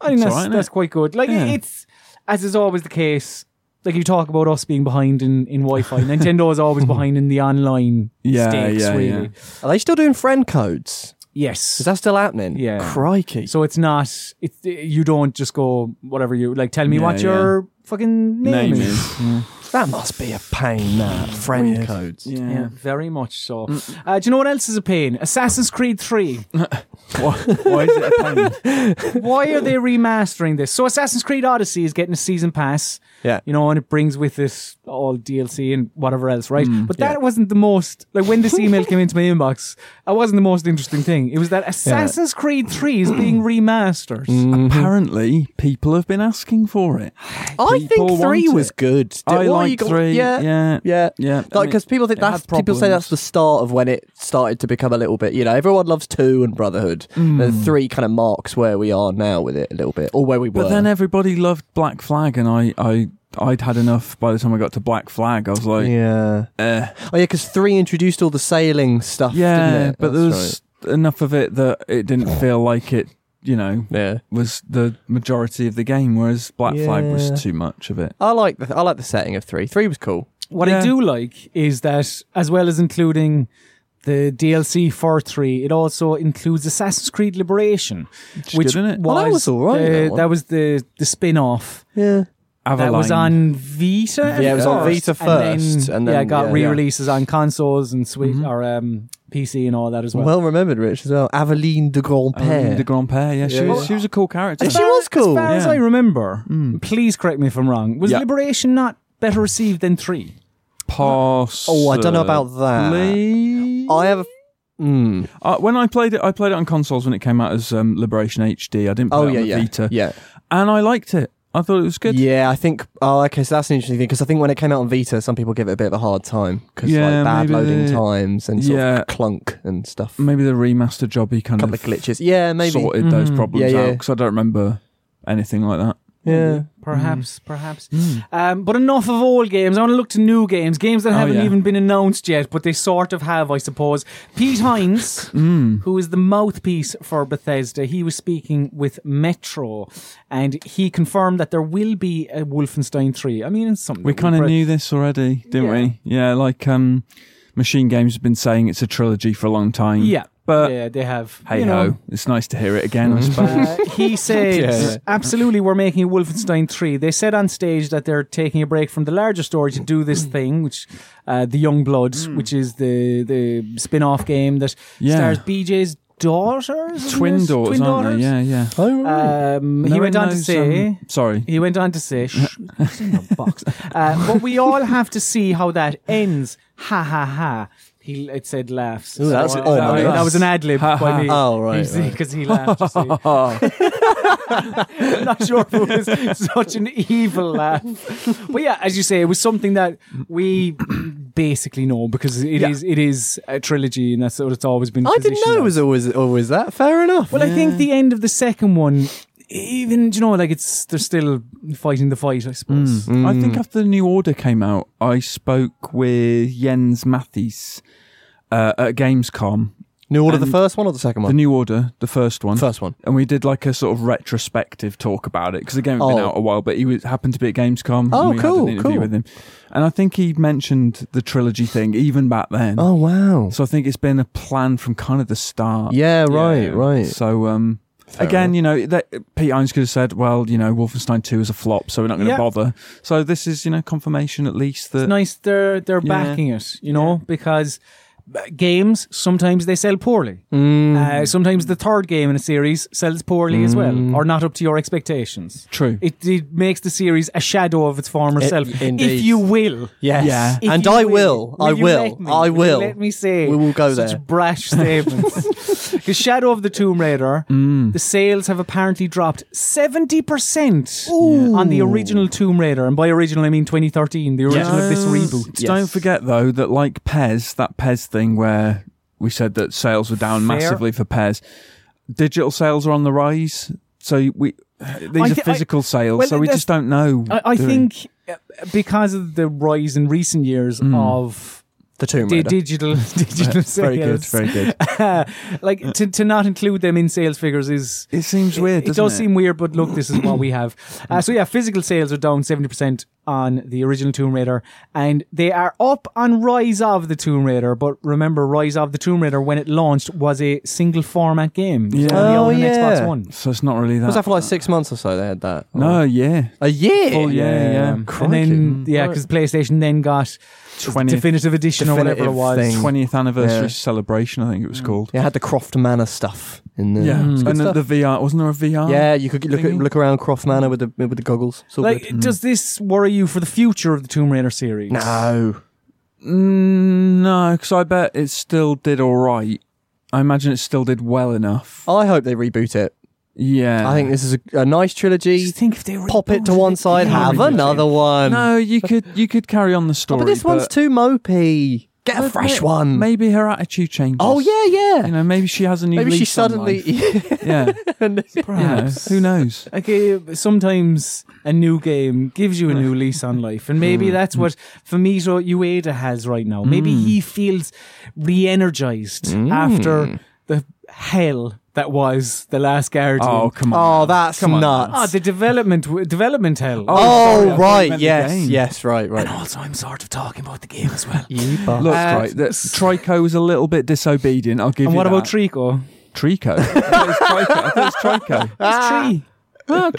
S2: I think
S3: It's
S2: that's,
S3: alright,
S2: that's quite good. Like
S3: Yeah.
S2: it's as is always the case. Like you talk about us being behind in, in Wi-Fi. Nintendo is always behind in the online
S3: Yeah,
S2: stakes,
S3: yeah,
S2: really.
S3: yeah.
S1: Are they still doing friend codes?
S2: Yes.
S1: Is that still happening?
S2: Yeah.
S1: Crikey.
S2: so it's not. It's you don't just go whatever you like. Tell me
S3: Yeah,
S2: what your fucking name,
S3: Name
S2: is.
S3: is. Yeah.
S1: that must be a pain, that. Friend
S3: Weird.
S1: codes.
S3: Yeah.
S2: Yeah, Mm. very much so. Uh, do you know what else is a pain? Assassin's Creed 3.
S3: Why, why is it a pain?
S2: Why are they remastering this? So Assassin's Creed Odyssey is getting a season pass.
S1: Yeah.
S2: you know, and it brings with it all DLC and whatever else, right? but that wasn't the most, like when this email came into my inbox, that wasn't the most interesting thing. It was that Assassin's Creed 3 is being remastered.
S3: Apparently, people have been asking for it.
S1: I
S3: People
S1: think three
S3: want
S1: was
S3: it.
S1: good. Did-
S3: I
S1: what, you
S3: like
S1: got-
S3: three.
S1: Yeah.
S3: yeah,
S1: Yeah,
S3: yeah.
S1: Because people think
S3: it had
S1: that's people say that's
S3: problems.
S1: the start of when it started to become a little bit. You know, everyone loves two and Brotherhood. And three kind of marks where we are now with it a little bit, or where we were.
S3: Mm. But then everybody loved Black Flag, and I, I, I'd had enough. By the time I got to Black Flag, I was like, yeah,
S1: yeah. Oh yeah, because three introduced all the sailing stuff. didn't
S3: uh, yeah.
S1: it?
S3: But there was enough of it that it didn't feel like it, you know,
S1: right. yeah.
S3: was the majority of the game. Whereas Black Flag
S1: Yeah.
S3: was too much of it.
S1: I like the I like the setting of three. Three was cool.
S2: What I
S3: Yeah.
S2: do like is that, as well as including the DLC for 3, it also includes Assassin's Creed Liberation, which
S3: good, innit?
S2: was,
S1: Well, that was all right,
S2: the-
S1: that
S2: that,
S1: one.
S2: was the, the spin off.
S1: Yeah.
S3: Avaline.
S2: That was on Vita. at
S1: Yeah, it was on Vita
S2: and
S1: first, and
S2: yeah,
S1: then-
S2: it got
S1: yeah. Mm-hmm.
S2: re-releases on consoles and Switch or um, PC and all that as well.
S1: Well remembered, Rich, as well. Aveline de Grand
S3: Avaline
S1: Père.
S3: de Grand Père. Yeah, she
S1: Yeah.
S3: was. She was a cool character.
S1: And she was cool. Mm.
S2: As far as
S3: Yeah.
S2: I remember, please correct me if I'm wrong. Was
S3: Yeah.
S2: Liberation not better received than three?
S3: Pass.
S1: Oh, I don't know about that. Oh. I have a mm.
S3: Uh, when I played it, I played it on consoles when it came out as um, Liberation HD. I didn't play
S1: Oh
S3: it on
S1: yeah,
S3: the
S1: yeah.
S3: Vita,
S1: Yeah.
S3: and I liked it. I thought it was good.
S1: Yeah, I think. Oh, okay. So that's an interesting thing because I think when it came out on Vita, some people give it a bit of a hard time because
S3: Yeah,
S1: like bad
S3: maybe
S1: loading
S3: the-
S1: times and sort
S3: Yeah.
S1: of clunk and stuff.
S3: Maybe the remaster jobby kind
S1: couple
S3: of
S1: of glitches. Yeah, maybe.
S3: sorted those problems
S1: Yeah,
S3: out
S1: yeah.
S3: because I don't remember anything like that.
S1: Yeah.
S2: Perhaps,
S1: Mm.
S2: perhaps. Um, but enough of old games. I want to look to new games, games that haven't
S3: Oh, yeah.
S2: even been announced yet, but they sort of have, I suppose. Pete Hines,
S3: Mm.
S2: who is the mouthpiece for Bethesda, he was speaking with Metro, and he confirmed that there will be a Wolfenstein 3. I mean, it's something
S3: We
S2: that
S3: kind of
S2: brought-
S3: knew this already, didn't
S2: Yeah.
S3: we? Yeah, like um, Machine Games has been saying it's a trilogy for a long time.
S2: Yeah,
S3: but
S2: yeah, they have.
S3: hey
S2: you
S3: ho,
S2: know,
S3: it's nice to hear it again. I suppose.
S2: Uh, he said,
S1: Yeah.
S2: absolutely, we're making a Wolfenstein 3. They said on stage that they're taking a break from the larger story to do
S1: Mm.
S2: this thing, which, uh, The Young Bloods, which is the, the spin off game that
S3: Yeah.
S2: stars BJ's daughters? isn't
S3: Twin
S2: it?
S3: daughters,
S2: Twin
S3: aren't
S2: daughters?
S3: they? Yeah, yeah.
S1: Oh,
S2: Um, he
S3: No
S2: went
S3: one
S2: on to
S3: knows,
S2: say.
S3: um, sorry.
S2: He went on to say, Shh, it's in the box. Uh, but we all have to see how that ends. Ha ha ha. He it said laughs.
S1: Ooh, that's-
S2: So, uh,
S1: oh,
S2: that,
S1: my
S2: that
S3: Uh,
S1: gosh.
S2: was an ad lib by me.
S1: Oh, right, right.
S2: Because he laughed. you see. I'm not sure if it was such an evil laugh. But yeah, as you say, it was something that we basically know because it is
S3: Yeah.
S2: it is a trilogy and that's what it's always been.
S1: I didn't know
S2: positioned
S1: it
S2: as.
S1: was always always that. Fair enough.
S2: Well, I think the end of the second one, even do you know, like it's they're still fighting the fight, I
S1: Hmm.
S2: suppose.
S3: I think after the new order came out, I spoke with Jens Matthys uh, at Gamescom.
S1: New Order, the
S3: and-
S1: first one or the second
S3: The
S1: one?
S3: new order, the first one,
S1: first one.
S3: and we did like a sort of retrospective talk about it because the game had been
S1: Oh.
S3: out a while. But he was, happened to be at Gamescom.
S1: Oh,
S3: and we
S1: cool,
S3: had an interview
S1: cool.
S3: With him, and I think he mentioned the trilogy thing even back then.
S1: Oh wow.
S3: So I think it's been a plan from kind of the start.
S1: Yeah. Right. Right.
S3: So um, again, you know, that, Pete Hines could have said, "Well, you know, Wolfenstein Two is a flop, so we're not going to
S2: Yeah.
S3: bother." So this is, you know, confirmation at least that
S2: It's nice they're they're
S3: Yeah.
S2: backing it, you know, because games sometimes they sell poorly.
S1: Hmm.
S2: Uh, sometimes the third game in a series sells poorly as
S1: Hmm.
S2: well, or not up to your expectations.
S3: true.
S2: It, it makes the series a shadow of its former
S1: It-
S2: self,
S1: indeed.
S2: if you will.
S1: Yes.
S3: Yeah.
S2: If
S1: And
S2: you
S1: I will. I
S2: you
S1: will.
S2: let me?
S1: I
S2: you
S1: will.
S2: Let me say.
S1: We will go
S2: such
S1: there.
S2: brash statements. Because Shadow of the Tomb Raider,
S1: Mm.
S2: the sales have apparently dropped seventy percent on the original Tomb Raider, and by original I mean 2013, the original of this reboot.
S1: Yes.
S3: Don't forget though that like Pez, that Pez thing where we said that sales were down
S2: Fair.
S3: massively for Pez, digital sales are on the rise. So we these
S2: I
S3: are
S2: thi- I-
S3: physical sales,
S2: well,
S3: so we
S2: that's-
S3: just don't
S1: Mm.
S3: know.
S2: I, I
S3: do we?
S2: think uh, because of the rise in recent years of
S1: The Mm. Tomb
S2: di-
S1: Raider.
S2: digital digital sales,
S3: very good, very good.
S2: like to, to not include them in sales figures is
S3: It seems weird.
S2: it
S3: doesn't
S2: does seem weird, but look, this is what we have. Uh, so yeah, physical sales are down seventy percent on the original Tomb Raider, and they are up on Rise of the Tomb Raider. But remember, Rise of the Tomb Raider when it launched was a single format game. It was
S3: Yeah.
S2: only
S1: Oh,
S2: out on
S1: yeah.
S2: Xbox One.
S3: So it's not really that.
S1: was that for like six months or so? They had that.
S3: no, yeah.
S1: A year.
S3: Full year, yeah.
S2: Um, and then
S1: Crikey.
S2: yeah, because PlayStation then got
S3: 20th
S2: definitive edition or whatever it
S1: Definitive
S2: was.
S1: thing.
S3: 20th anniversary
S1: Yeah.
S3: celebration, I think it was called.
S1: Yeah, it had the Croft Manor stuff in there.
S3: Yeah,
S1: It's Mm. good
S3: and the,
S1: stuff.
S3: the VR wasn't there a VR?
S1: yeah, you could look
S3: thingy.
S1: look around Croft Manor with the with the goggles. It's all
S2: Like,
S1: good.
S2: does this worry you for the future of the Tomb Raider series?
S1: No.
S3: Mm, no, because I bet it still did all right. I imagine it still did well enough.
S1: I hope they reboot it.
S3: Yeah,
S1: Oh. I think this is a, a nice trilogy.
S2: Just think if they
S1: Pop it to one side, have another one.
S3: no, you could you could carry on the
S1: Um, Oh,
S3: story,
S1: but this one's too mopey. Get a
S3: But
S1: fresh
S3: ma-
S1: one.
S3: Maybe her attitude changes.
S1: oh yeah, yeah.
S3: you know, maybe she has a new.
S1: maybe she
S3: lease on life.
S1: suddenly.
S3: yeah, you know,
S2: Perhaps.
S3: who knows?
S2: Okay, eh, sometimes a new game gives you a new lease on life, and maybe that's what Famito Ueda has right now. Maybe he feels re-energized after the hell that was the last Guardian.
S3: Oh come on!
S1: oh, that's
S3: Come on.
S1: nuts.
S2: Ah, the development w- development hell.
S3: Oh, sorry, I
S1: oh
S3: thought you
S1: right,
S3: meant the
S1: yes,
S3: game.
S1: yes, right, right.
S2: also, I'm sort of talking about the game as well.
S1: You bastard.
S3: Look,
S2: Uh,
S3: right, that, Trico was a little bit disobedient. I'll give
S2: And
S3: you.
S2: what
S3: that.
S2: about Trico?
S3: Trico? I thought it was Trico. I thought it was Trico.
S2: It's tree.
S3: Oh,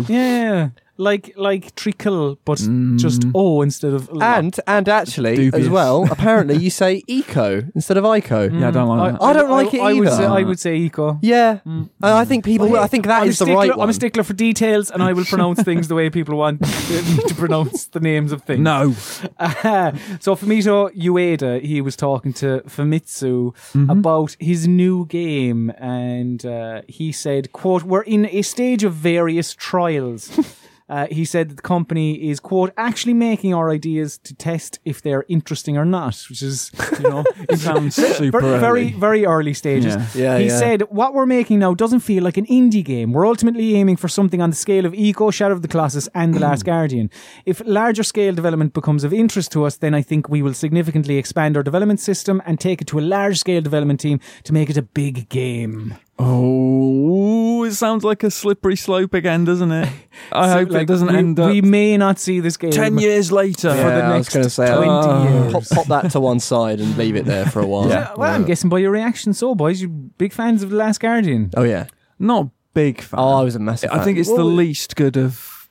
S3: Trico.
S2: Yeah, like like treacle, but just O instead of L.
S1: And and actually as
S3: Dubious. Mm.
S1: well, apparently you say eco instead of ico.
S3: Yeah, I don't like that.
S1: I don't like it
S2: Mm. I would
S1: either.
S2: say, I would say eco. Mm.
S1: Yeah, and I think
S3: Oh,
S1: people. I think that
S2: I'm a
S1: is the
S2: stickler-
S1: right one.
S2: I'm a stickler for details, and I will pronounce things the way people want to pronounce the names of things.
S3: No.
S2: Uh, so Fumito Ueda, he was talking to Famitsu
S1: Mm-hmm.
S2: about his new game, and uh, he said, "quote We're in a stage of various trials." Uh, he said that the company is quote actually making our ideas to test if they're interesting or not, which is you know
S3: It sounds super
S2: very very,
S3: early.
S2: very early stages.
S3: Yeah.
S1: Yeah,
S2: he
S1: yeah.
S2: said, "What we're making now doesn't feel like an indie game. We're ultimately aiming for something on the scale of Eco, Shadow of the Colossus, and The Last Guardian. If larger scale development becomes of interest to us, then I think we will significantly expand our development system and take it to a large scale development team to make it a big game."
S3: Oh, it sounds like a slippery slope again, doesn't it? I hope
S2: Like,
S3: it doesn't
S2: we,
S3: end up
S2: We may not see this game.
S3: ten years later.
S1: yeah,
S2: the
S1: I was
S2: next
S1: going to say,
S2: 20
S1: uh,
S2: years.
S1: Pop, pop that to one side and leave it there for a while.
S3: Yeah.
S2: Well, I'm guessing by your reaction, so boys, you big fans of The Last Guardian.
S1: Oh yeah.
S3: Not big fan.
S1: Oh, I was a massive.
S3: I
S1: fan.
S3: think it's the least good of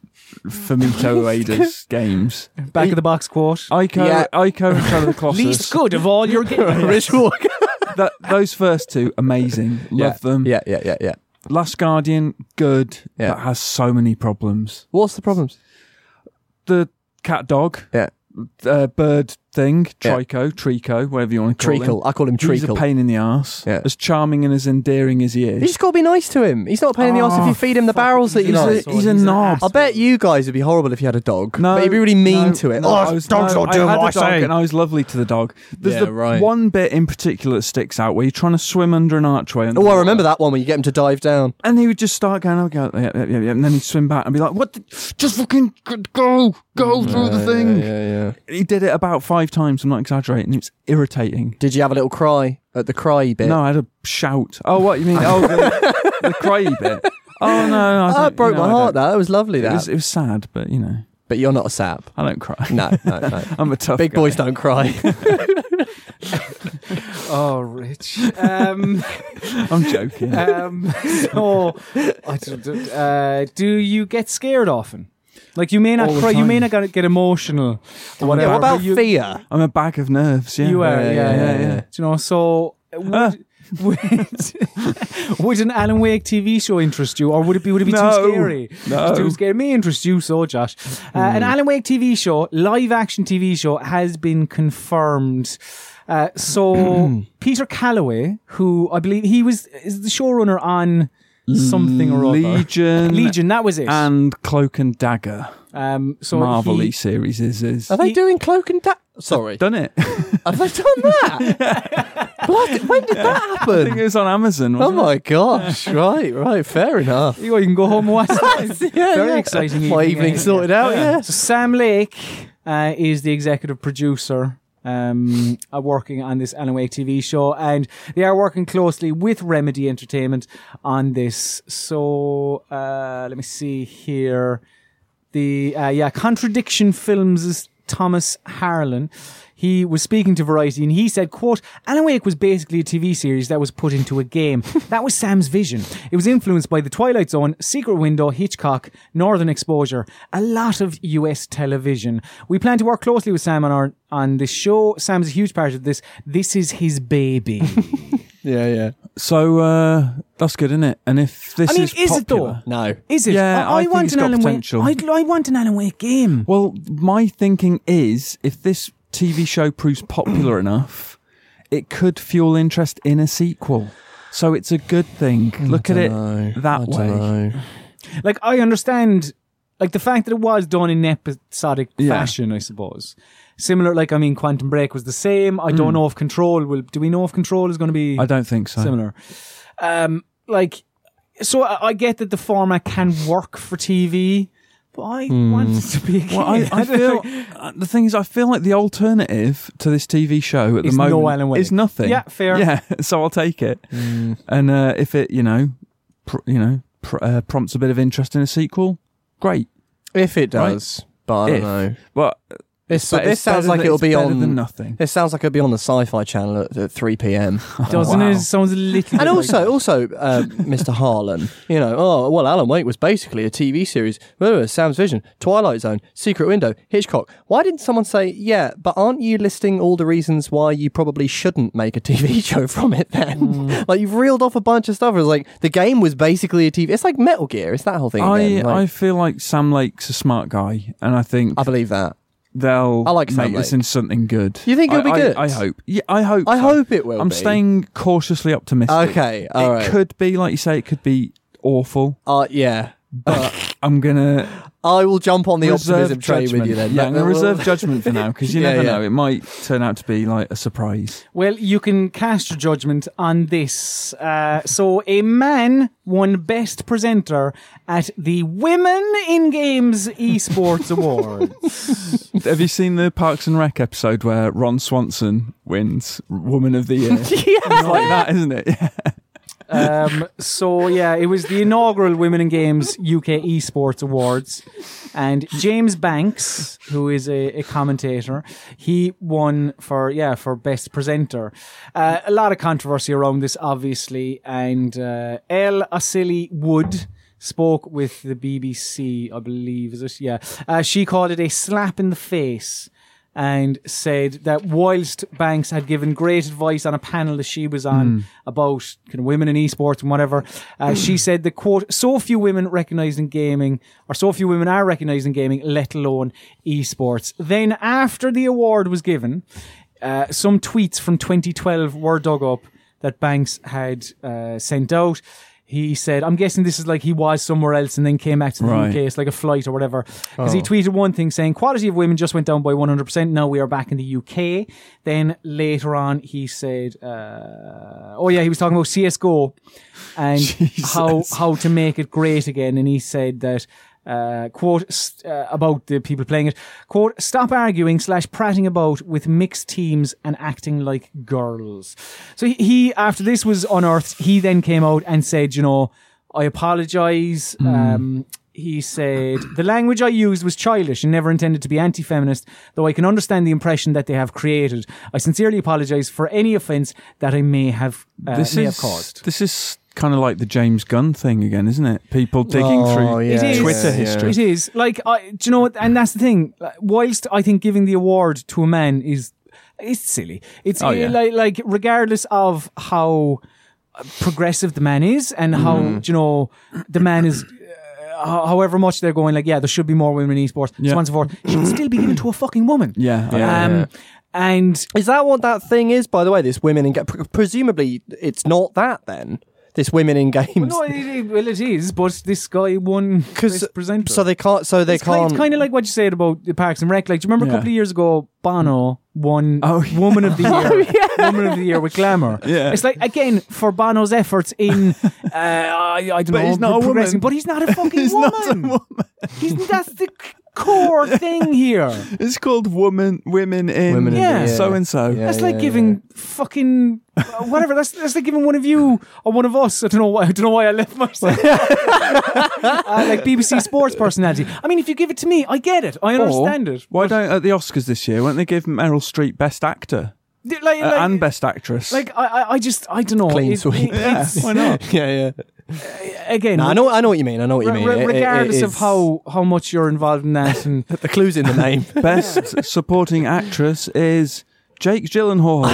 S3: Famito Ueda's games.
S2: Back of the box quote.
S3: Ico,
S1: Yeah.
S3: Ico and Shadow of the Colossus.
S2: Least good of all your games.
S1: Rich Walker.
S3: That, those first two, amazing. Love
S1: yeah.
S3: them.
S1: Yeah, yeah, yeah, yeah.
S3: Last Guardian, good,
S1: Yeah.
S3: but has so many problems.
S1: What's the problems?
S3: The cat dog,
S1: Yeah.
S3: uh, bird thing,
S1: Yeah.
S3: Trico, Trico, whatever you want to call
S1: Treacle.
S3: him.
S1: I call him
S3: He's a
S1: Treacle.
S3: pain in the ass.
S1: Yeah.
S3: As charming and as endearing as he is.
S1: You just got to be nice to him. He's not a pain in the ass if
S3: Oh,
S1: you feed him the
S2: fuck,
S1: barrels that you
S3: he's a-
S1: like.
S3: he's a knob.
S1: I bet you guys would be horrible if you had a dog.
S3: No,
S1: but you'd be really mean
S3: no,
S1: to it.
S3: no,
S1: oh,
S3: I was- no, I had a dog And I was lovely to the dog. There's
S1: Yeah,
S3: the
S1: right.
S3: one bit in particular that sticks out where you're trying to swim under an archway.
S1: oh, I remember that one where you get him to dive down.
S3: And he would just start going, oh, go, yeah, yeah, yeah, yeah. And then he'd swim back and be like, what? The, just fucking go, go through the thing.
S1: yeah.
S3: He did it about five times. I'm not exaggerating. It was irritating.
S1: Did you have a little cry at the cry bit?
S3: No, I had a shout. Oh, what you mean? Oh, the, the cryy bit. Oh, no. no I
S1: Oh,
S3: don't-
S1: that broke
S3: you know,
S1: my
S3: I
S1: heart.
S3: don't.
S1: That. that was lovely.
S3: It
S1: That,
S3: was, it was sad, but you know,
S1: but you're not a sap.
S3: I don't cry.
S1: No, no, no.
S3: I'm a tough
S1: Big
S3: guy.
S1: boys don't cry.
S2: Oh, Rich. Um,
S3: I'm joking.
S2: um, so, I don't- uh, do you get scared often? Like you may not
S3: All the
S2: cry, you may
S3: time.
S2: not gonna get emotional. Or whatever,
S1: yeah, what
S2: but
S1: about
S2: you,
S1: fear?
S3: I'm a bag of nerves. Yeah.
S2: You are, yeah, yeah,
S3: yeah, yeah.
S2: Do you know, so uh, would, would, would an Alan Wake TV show interest you, or would it be would it be
S3: No.
S2: too scary?
S3: No.
S2: It's too scary. It may interest you, so Josh. Uh, An Alan Wake TV show, live action TV show, has been confirmed. Uh, so Peter Calloway, who I believe he was is the showrunner on something or other.
S3: Legion,
S2: Legion, that was it.
S3: and Cloak and Dagger
S2: um, so
S3: Marvel
S2: he- Oh.
S3: series is is
S1: Are they doing cloak and dagger? Sorry,
S3: done it. I
S1: have they done that? Bloody- when did that
S3: think
S1: happen?
S3: it was on Amazon.
S1: Oh
S3: Wasn't
S1: my gosh! Right, right. Fair enough.
S2: You can go home and watch that.
S1: Yeah,
S2: Very
S1: yeah.
S2: exciting.
S1: My
S2: evening
S1: evening
S2: ahead.
S1: sorted out. Yeah.
S2: So Sam Lake uh, is the executive producer. Um, are working on this Alan Wake TV show, and they are working closely with Remedy Entertainment on this. So uh, let me see here. The uh, yeah, Contradiction Films' Thomas Harlan. He was speaking to Variety, and he said, "quote Alan Wake was basically a TV series that was put into a game. that was Sam's vision. It was influenced by The Twilight Zone, Secret Window, Hitchcock, Northern Exposure, a lot of US television. We plan to work closely with Sam on our on this show. Sam's a huge part of this. This is his baby.
S1: Yeah, yeah.
S3: it? So uh, that's good, isn't it? And if this
S2: I mean,
S3: is,
S2: is it
S3: popular,
S2: though?
S1: No.
S2: Is it?
S3: Yeah, I think
S2: want
S3: it's
S2: an
S3: got
S2: Alan
S3: potential.
S2: Wake. I, I want an Alan Wake game.
S3: Well, my thinking is if this TV show proves popular enough, it could fuel interest in a sequel. So it's a good thing.
S2: Mm,
S3: Look at it that way.
S2: like I understand like the fact that it was done in episodic
S3: Yeah.
S2: fashion, I suppose. Similar, like I mean, Quantum Break was the same. I don't know if Control will. Do we know if Control is going to be
S3: Mm. I don't think so.
S2: similar? Um, like, so I, I get that the format can work for TV, but I want it to be. A
S3: Hmm. Well, I,
S2: game.
S3: I feel uh, the thing is, I feel like the alternative to this TV show at
S2: Is
S3: the moment
S2: no Alan Wake.
S3: is nothing.
S2: Yeah, fair.
S3: Yeah, so I'll take it. And uh, if it, you know, pr- you know, pr- uh, prompts a bit of interest in a sequel, great.
S1: If it does, but I don't
S3: If.
S1: know.
S3: But
S1: This,
S3: but
S1: this
S3: it's
S1: sounds
S3: better
S1: like
S3: than-
S1: it'll
S3: it's
S1: be
S3: better
S1: on.
S3: than nothing.
S1: This sounds like it'll be on the Sci-Fi Channel at, at 3 p.m.
S2: doesn't
S3: Wow.
S2: it? Sounds a little.
S1: And
S2: bit like-
S1: also, also, uh, Mr. Harlan, you know, oh well, Alan Wake was basically a TV series. Remember Sam's Vision, Twilight Zone, Secret Window, Hitchcock. Why didn't someone say, yeah, but aren't you listing all the reasons why you probably shouldn't make a TV show from it? Then,
S3: Mm.
S1: like, you've reeled off a bunch of stuff. It's like the game was basically a TV. It's like Metal Gear. It's that whole thing.
S3: I
S1: again. Like,
S3: I feel like Sam Lake's a smart guy, and I think
S1: I believe that.
S3: they'll
S1: I like
S3: make
S1: Sam
S3: this
S1: Lake.
S3: into something good.
S1: You think
S3: I-
S1: it'll be
S3: I-
S1: good?
S3: I, hope. Yeah, I hope.
S1: I
S3: so.
S1: hope it will
S3: I'm
S1: be.
S3: staying cautiously optimistic.
S1: Okay,
S3: it
S1: all right.
S3: could be like you say. It could be awful.
S1: Uh, yeah,
S3: But I'm gonna
S1: I will jump on the
S3: reserve
S1: optimism train with you then. uh,
S3: Yeah,
S1: That-
S3: I'm going
S1: that
S3: to
S1: will-
S3: reserve judgment for now because you
S1: Yeah,
S3: never
S1: yeah.
S3: know. It might turn out to be like a surprise.
S2: Well, you can cast your judgment on this. Uh, so, a man won Best Presenter at the Women in Games Esports Awards.
S3: Have you seen the Parks and Rec episode where Ron Swanson wins Woman of the Year? It's like that, isn't it? Yeah.
S2: um, so, yeah, it was the inaugural Women in Games UK Esports Awards. And James Banks, who is a, a commentator, he won for, yeah, for Best Presenter. Uh, a lot of controversy around this, obviously. And uh, El Asili Wood. spoke with the BBC, I believe, is it? Yeah. Uh, she called it a slap in the face. and said that whilst Banks had given great advice on a panel that she was on about kind of women in esports and whatever, uh, she said the quote: "So few women recognised in gaming, or so few women are recognised in gaming, let alone esports." Then, after the award was given, uh, some tweets from 2012 were dug up that Banks had uh, sent out. He said, I'm guessing this is like he was somewhere else and then came back to the
S3: Right.
S2: UK. It's like a flight or whatever. Because he tweeted one thing saying, quality of women just went down by 100%. Now we are back in the UK. Then later on, he said, uh, oh yeah, he was talking about CSGO and how, how to make it great again. And he said that, uh, quote st- uh, about the people playing it. Quote: Stop arguing slash prating about with mixed teams and acting like girls. So he, he after this was unearthed, he then came out and said, you know, I apologize.
S3: Hmm.
S2: Um, he said the language I used was childish and never intended to be anti-feminist, though I can understand the impression that they have created. I sincerely apologize for any offense that I may have uh,
S3: this
S2: may
S3: is
S2: have caused.
S3: this is kind of like the James Gunn thing again, isn't it? People digging
S1: Oh,
S3: through
S1: yeah,
S2: It is.
S3: Twitter
S1: yeah,
S3: history.
S2: It is like I, do you know what? And that's the thing. Like, Whilst I think giving the award to a man is it's silly. It's
S3: Oh,
S2: uh,
S3: yeah.
S2: like like regardless of how progressive the man is and how
S3: Mm.
S2: you know the man is. uh, ho- However much they're going, like yeah, there should be more women in esports,
S3: Yeah.
S2: so on and so forth. Should still be given to a fucking woman.
S3: Yeah, I-
S1: Yeah.
S2: Um, and
S1: Is that what that thing is, by the way? This women in ga- pre- presumably it's not that then. This women in games.
S2: no, it, it- well, it is, but this guy won because presenter.
S1: so they can't. So they
S2: It's kind,
S1: can't.
S2: it's kind of like what you said about the Parks and Rec. Like, do you remember a
S3: Yeah.
S2: couple of years ago, Bono won
S3: Oh, yeah.
S2: Woman of the Year, Woman of the Year with Glamour.
S3: Yeah.
S2: it's like again for Bono's efforts in, uh, I, I don't
S3: But
S2: know,
S3: he's not a
S2: progressing,
S3: woman.
S2: but he's not a fucking
S3: He's
S2: woman.
S3: not a woman.
S2: He's that's the c- core thing here.
S3: It's called woman, women in,
S1: Women in
S2: Yeah.
S1: the-
S3: so and so.
S1: Yeah,
S2: That's like
S1: yeah,
S2: giving
S1: yeah.
S2: fucking uh, whatever. That's that's like giving one of you or one of us. I don't know why. I don't know why I left myself. uh, like BBC sports personality. I mean, if you give it to me, I get it. I understand
S3: Or,
S2: it.
S3: Why don't at the Oscars this year? Won't they give Meryl Streep Best Actor
S2: Like, like,
S3: uh, and Best Actress?
S2: Like I, I, I just, I don't know.
S1: Clean sweep.
S2: it's-
S3: why not?
S1: yeah, yeah.
S2: Again,
S1: No, I know. I know what you mean. I know what you
S2: re-
S1: mean.
S2: re-
S1: It- it-
S2: regardless
S1: it
S2: of
S1: is-
S2: how how much you're involved in that, and
S1: the clues in the name.
S3: Best Supporting Actress is Jake Gyllenhaal.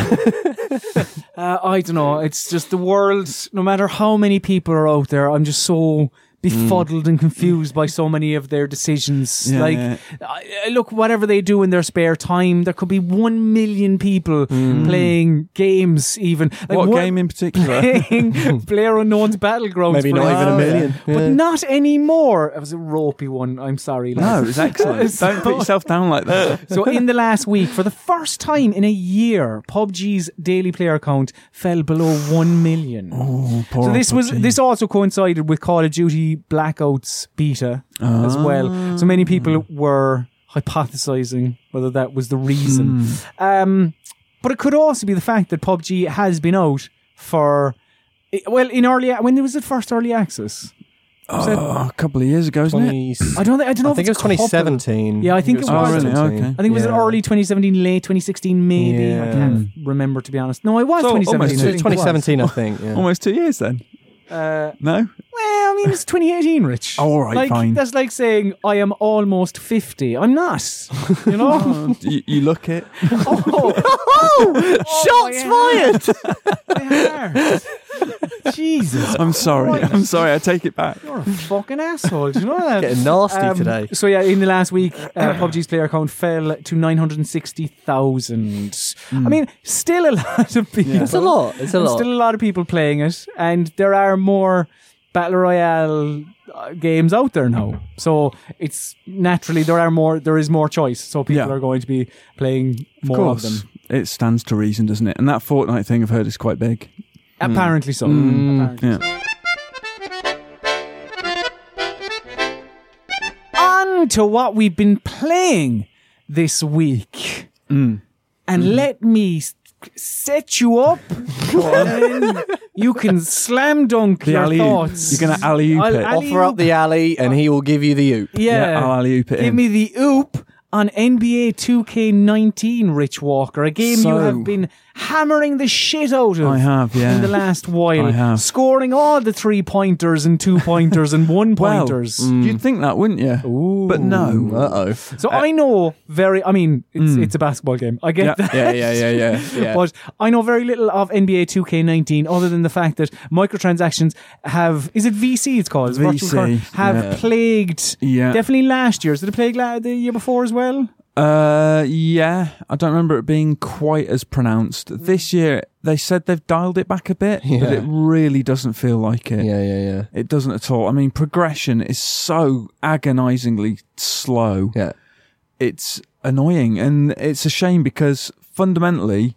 S2: uh, I don't know. It's just the world. No matter how many people are out there, I'm just so befuddled and confused by so many of their decisions.
S3: Yeah.
S2: like, I- I look, whatever they do in their spare time, there could be one million people
S1: Mm.
S2: playing games. Even like
S3: what
S2: one-
S3: game in particular?
S2: Playing Player Unknown's Battlegrounds,
S1: Maybe
S2: for
S1: not even a
S2: instance.
S1: million.
S2: but not anymore. It was a ropey one. I'm sorry.
S3: no,
S2: lads.
S3: it's excellent.
S2: So-
S3: don't put yourself down like that.
S2: so in the last week, for the first time in a year, PUBG's daily player count fell below one million.
S3: Oh,
S2: so this was this also coincided with Call of Duty Blackouts beta as
S1: Ah.
S2: well. So many people were hypothesizing whether that was the reason.
S1: Hmm.
S2: Um, but it could also be the fact that PUBG has been out for i- well in early when was it first early access?
S3: Oh, a couple of years ago, isn't it?
S1: 20,
S2: I don't think I don't know.
S1: I
S2: if
S1: think it was
S2: it's coupled.
S1: 2017.
S2: Yeah, I think it was.
S3: Oh, really? Okay.
S2: I think it was in
S1: Yeah.
S2: early 2017, late 2016, maybe. I
S1: Yeah.
S2: can't remember to be honest. No, it was
S3: So,
S2: 2017.
S3: almost
S2: I think it was.
S1: 2017, I think. Yeah.
S3: Almost two years then.
S2: Uh,
S3: No,
S2: well, I mean, it's 2018, Rich.
S3: Oh, all right,
S2: like,
S3: fine.
S2: That's like saying I am almost 50. I'm not. You know.
S3: you, you look it.
S2: oh,
S1: Shots fired!
S2: they are. Jesus.
S3: I'm sorry. I'm sorry. I take it back.
S2: You're a fucking asshole. Do you know that? Um,
S1: Getting nasty today.
S2: So yeah, in the last week, uh, PUBG's player count fell to nine hundred sixty thousand. I mean, still a lot of people.
S1: It's a lot. It's a
S2: There's
S1: lot.
S2: Still a lot of people playing it, and there are more battle royale uh, games out there now. So it's naturally there are more. There is more choice. So people
S3: Yeah.
S2: are going to be playing
S3: Of
S2: more of,
S3: course,
S2: them.
S3: it stands to reason, doesn't it? And that Fortnite thing I've heard is quite big.
S2: Apparently so. Mm. Apparently
S3: Yeah.
S2: on to what we've been playing this week. And let me s- set you up. and you can slam dunk your
S3: alley-oop.
S2: thoughts.
S3: You're gonna alley-oop
S2: I'll
S3: it.
S1: Offer up the alley and he will give you the oop.
S2: Yeah.
S3: Yeah, I'll alley-oop it
S2: Give
S3: in.
S2: me the oop. on NBA 2K19, Rich Walker, a game you
S3: So-
S2: have been hammering the shit out of.
S3: I have, yeah.
S2: In the last while,
S3: I have.
S2: scoring all the three pointers and two pointers and one pointers.
S3: You'd think that, wouldn't you? But no.
S1: Uh oh.
S2: So I know very. I mean, it's, it's a basketball game. I get that.
S3: mm. yeah, yeah, yeah, yeah, yeah.
S2: But I know very little of NBA 2K19 other than the fact that microtransactions have is it VC it's called It's virtual
S3: VC,
S2: card- have
S3: yeah.
S2: plagued
S3: Yeah.
S2: definitely last year. Is it a plague la- the year before as well?
S3: Uh, yeah, I don't remember it being quite as pronounced. This year, they said they've dialed it back a bit,
S1: Mm. Yeah.
S3: but it really doesn't feel like it.
S1: Yeah, yeah, yeah.
S3: It doesn't at all. I mean, progression is so agonizingly slow.
S1: Yeah.
S3: It's annoying, and it's a shame because fundamentally,